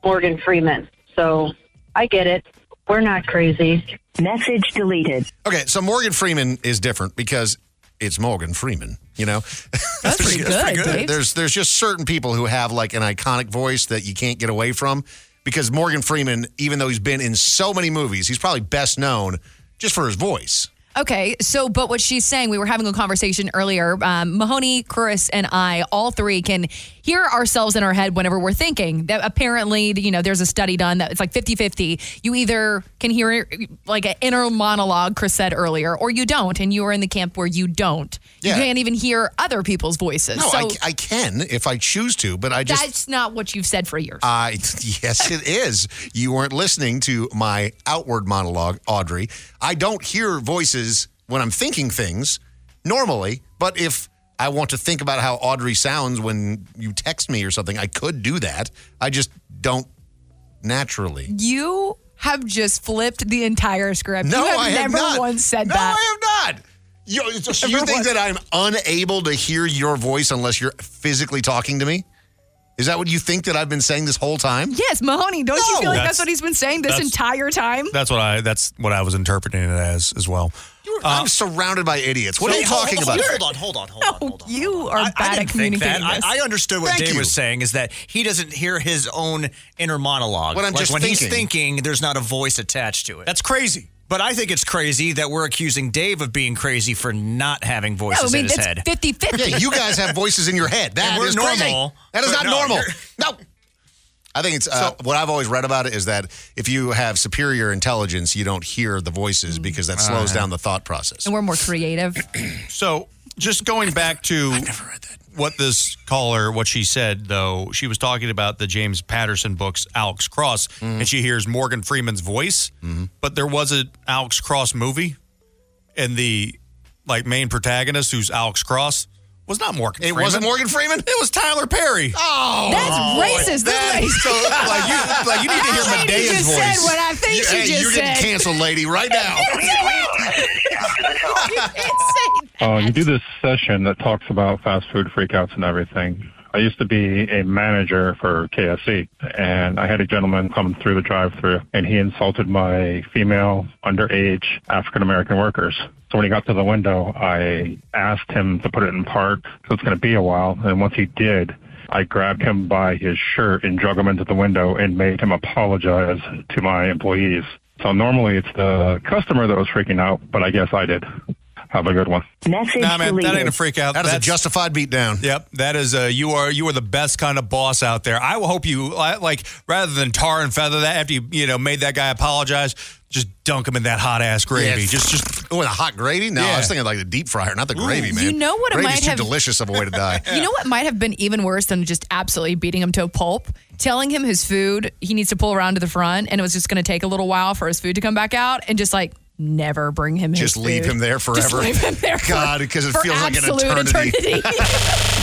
Morgan Freeman. So I get it. We're not crazy.
Message deleted.
Okay, so Morgan Freeman is different because it's Morgan Freeman. You know, that's
pretty good, Dave.
There's there's just certain people who have like an iconic voice that you can't get away from because Morgan Freeman, even though he's been in so many movies, he's probably best known just for his voice.
Okay, so but what she's saying, we were having a conversation earlier. Um, Mahoney, Chris, and I, all three, can hear ourselves in our head whenever we're thinking. That apparently, you know, there's a study done that it's like 50-50. You either can hear like an inner monologue, Chris said earlier, or you don't, and you are in the camp where you don't.
Yeah.
You can't even hear other people's voices.
No,
so
I, I can if I choose to, but I just
that's not what you've said for years.
Uh, yes, it is. You weren't listening to my outward monologue, Audrey. I don't hear voices when I'm thinking things normally, but if I want to think about how Audrey sounds when you text me or something, I could do that. I just don't naturally.
you have just flipped the entire script.
No,
you have
I have
never
not.
once said
No,
that.
I have not. You, you think that I'm unable to hear your voice unless you're physically talking to me? Is that what you think that I've been saying this whole time?
Yes, Mahoney, don't you
No.
feel like that's,
That's-
what he's been saying this
that's-
entire time?
That's what I. That's what I was interpreting it as as well.
I'm surrounded by idiots. What
Uh, So-
are you talking
hold on,
about?
hold
on, hold on, hold
on. You are bad at communicating
I,
this.
I understood what
Thank
Dave
you.
was saying is that he doesn't hear his own inner monologue.
What I'm
Like,
just
when he's
thinking.
thinking, there's not a voice attached to it.
That's crazy.
But I think it's crazy that we're accusing Dave of being crazy for not having voices
no, I mean,
in his
it's
head.
50 50.
Yeah, you guys have voices in your head. That
And we're
is
normal,
Crazy. That is
but
not
no,
normal.
you're-
No. I think it's uh, what I've always read about it is that if you have superior intelligence, you don't hear the voices because that slows
Uh-huh.
down the thought process.
And we're more creative.
So, just going back to what this caller, what she said, though, she was talking about the James Patterson books, Alex Cross, and she hears Morgan Freeman's voice, but there was an Alex Cross movie, and the like main protagonist, who's Alex Cross, was not Morgan.
It
Freeman.
wasn't Morgan Freeman.
It was Tyler Perry.
Oh,
That's racist.
That
isn't it?
is so like you like you need to hear
That lady
Medea's
just
voice.
said what I think
you,
she
hey,
just
you're
said.
getting canceled, lady, right now.
Uh, you do this session that talks about fast food freakouts and everything. I used to be a manager for KFC, and I had a gentleman come through the drive-through, and he insulted my female, underage African American workers. So when he got to the window, I asked him to put it in park. So it's going to be a while, and once he did, I grabbed him by his shirt and drug him into the window and made him apologize to my employees. So normally it's the customer that was freaking out, but I guess I did. Have a good one.
Message
Nah, man, that
deleted.
ain't a freak out.
That is a
That's-
justified beatdown.
Yep, that is uh you are you are the best kind of boss out there. I will hope you li- like rather than tar and feather that after you you know made that guy apologize, just dunk him in that hot ass gravy.
Yeah.
Just just
Oh, with a hot gravy? No, I
Yeah.
was thinking like the deep fryer, not the gravy,
you
man.
know what it
Gravy's
might
too
have-
delicious of a way to die.
You know what might have been even worse than just absolutely beating him to a pulp? Telling him his food, he needs to pull around to the front, and it was just going to take a little while for his food to come back out, and just like never bring him his
Just leave
food.
him there
Just
forever.
leave him there. for-
God, because it
for
feels like an
absolute
eternity.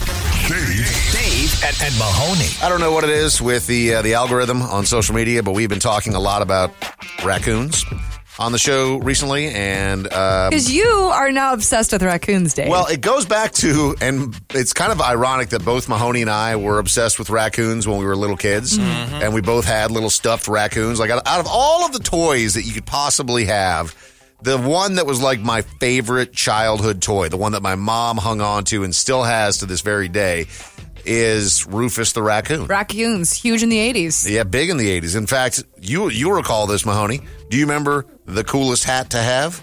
Dave, Dave and, and Mahoney.
I don't know what it is with the uh, the algorithm on social media, but we've been talking a lot about raccoons on the show recently, and um,
Because you are now obsessed with raccoons, Dave.
Well, it goes back to, and it's kind of ironic that both Mahoney and I were obsessed with raccoons when we were little kids, and we both had little stuffed raccoons. Like out out of all of the toys that you could possibly have, the one that was like my favorite childhood toy, the one that my mom hung on to and still has to this very day, is Rufus the raccoon.
raccoons, huge in the 80s.
Yeah, big in the eighties. In fact, you you recall this, Mahoney. Do you remember the coolest hat to have?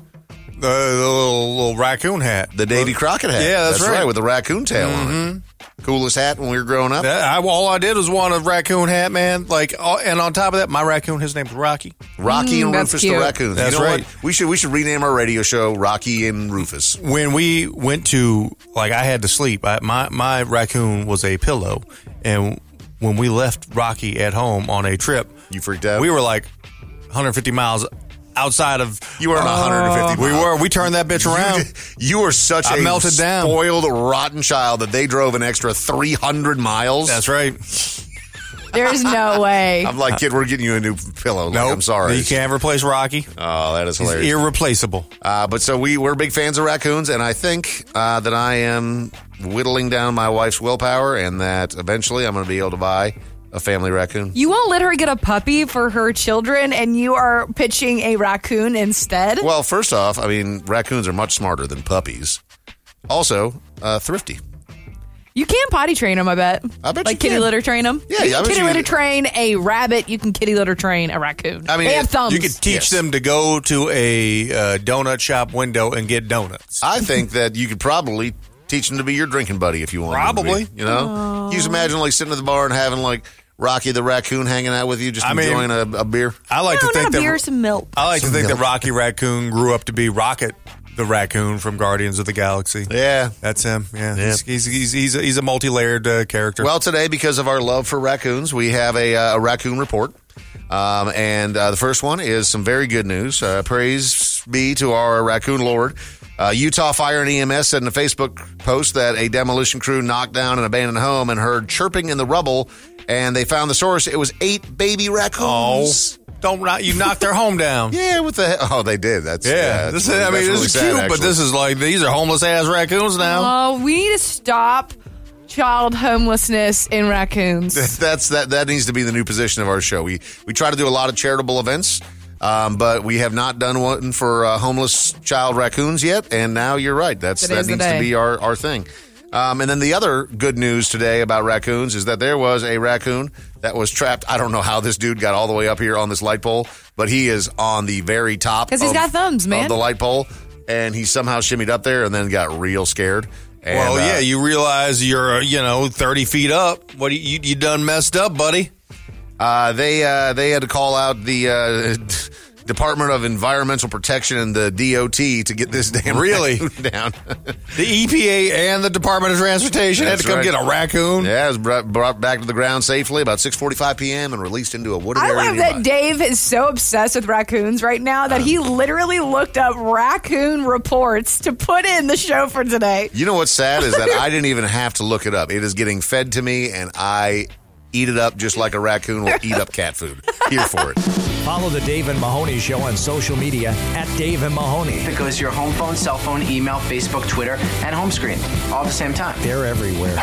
the, the little little raccoon hat,
The Davy Crockett hat.
Yeah, that's right. Mm-hmm.
With the raccoon tail on it. Coolest hat when we were growing up.
That- I, all I did was want a raccoon hat, man. Like, all, and on top of that, my raccoon, his name's Rocky.
Rocky and
Mm, that's
Rufus the
cute.
raccoon.
That's
you know
right.
What? We should we should rename our radio show Rocky and Rufus.
When we went to, like, I had to sleep. I, my my raccoon was a pillow, and when we left Rocky at home on a trip,
You freaked out.
we were like 150 miles outside of. uh,
you were on 150.
We
mile.
were. We turned that bitch
You,
around.
did- you were such
I
a
melted down.
spoiled, rotten child that they drove an extra 300 miles.
That's right.
There's no way.
I'm like, kid, we're getting you a new pillow. Like,
Nope.
I'm sorry.
You can't replace Rocky.
Oh, that is
He's
hilarious.
irreplaceable.
Uh, but so we we're big fans of raccoons, and I think uh, that I am whittling down my wife's willpower, and that eventually I'm going to be able to buy a family raccoon.
You won't let her get a puppy for her children, and you are pitching a raccoon instead?
Well, first off, I mean raccoons are much smarter than puppies. Also, uh, thrifty.
You can potty train them, I bet.
I bet
like
you
kitty
can.
litter train them.
Yeah,
you
yeah, I
can
bet
kitty
you
litter
can.
train a rabbit. You can kitty litter train a raccoon. they have thumbs.
You could teach
Um, Yes.
them to go to a uh, donut shop window and get donuts.
I think that you could probably teach them to be your drinking buddy if you want. them to be,
Probably.
you know. You just imagine like sitting at the bar and having like Rocky the raccoon hanging out with you, just
I mean-
enjoying a, a beer.
I like
no,
to think
not a
that
beer, some milk.
Uh,
I like to think that Rocky Raccoon grew up to be Rocket, the raccoon from Guardians of the Galaxy.
Yeah.
That's him. Yeah, He's, he's, he's, he's a, he's a multi-layered uh, character.
Well, today, because of our love for raccoons, we have a, uh, a raccoon report. Um, and uh, the first one is some very good news. Uh, praise be to our raccoon lord. Uh, Utah Fire and EMS said in a Facebook post that a demolition crew knocked down an abandoned home and heard chirping in the rubble, and they found the source. It was eight baby
oh,
raccoons.
don't knock you knock their home down.
Yeah, what the hell? Oh, they did. That's
Yeah,
that's
this
really-
is, I mean
that's
this
really
is
sad,
cute, but
actually.
this is like these are homeless ass raccoons now.
Oh, we need to stop child homelessness in raccoons.
that's that that needs to be the new position of our show. We we try to do a lot of charitable events, um, but we have not done one for uh, homeless child raccoons yet. And now you're right. That's
Today
that
is the
needs to
day.
be our our thing. Um, and then the other good news today about raccoons is that there was a raccoon that was trapped. I don't know how this dude got all the way up here on this light pole, but he is on the very top
'Cause he's
of-
got thumbs,
of
man.
the light pole, and he somehow shimmied up there and then got real scared. And,
well,
uh,
yeah, you realize you're, uh, you know, 30 feet up. What do you, you done messed up, buddy?
Uh, they uh, they had to call out the uh, Department of Environmental Protection and the DOT to get this damn
Really?
raccoon down.
The EPA and the Department of Transportation had to come get a raccoon.
Yeah, it was brought, brought back to the ground safely about 6:45 p.m. and released into a wooded
I
area.
love
nearby.
that Dave is so obsessed with raccoons right now that he literally looked up raccoon reports to put in the show for today.
You know what's sad is that I didn't even have to look it up. It is getting fed to me, and I eat it up just like a raccoon will eat up cat food. Here for it.
Follow the Dave and Mahoney Show on social media at Dave and Mahoney.
It goes to your home phone, cell phone, email, Facebook, Twitter, and home screen all at the same time.
They're everywhere.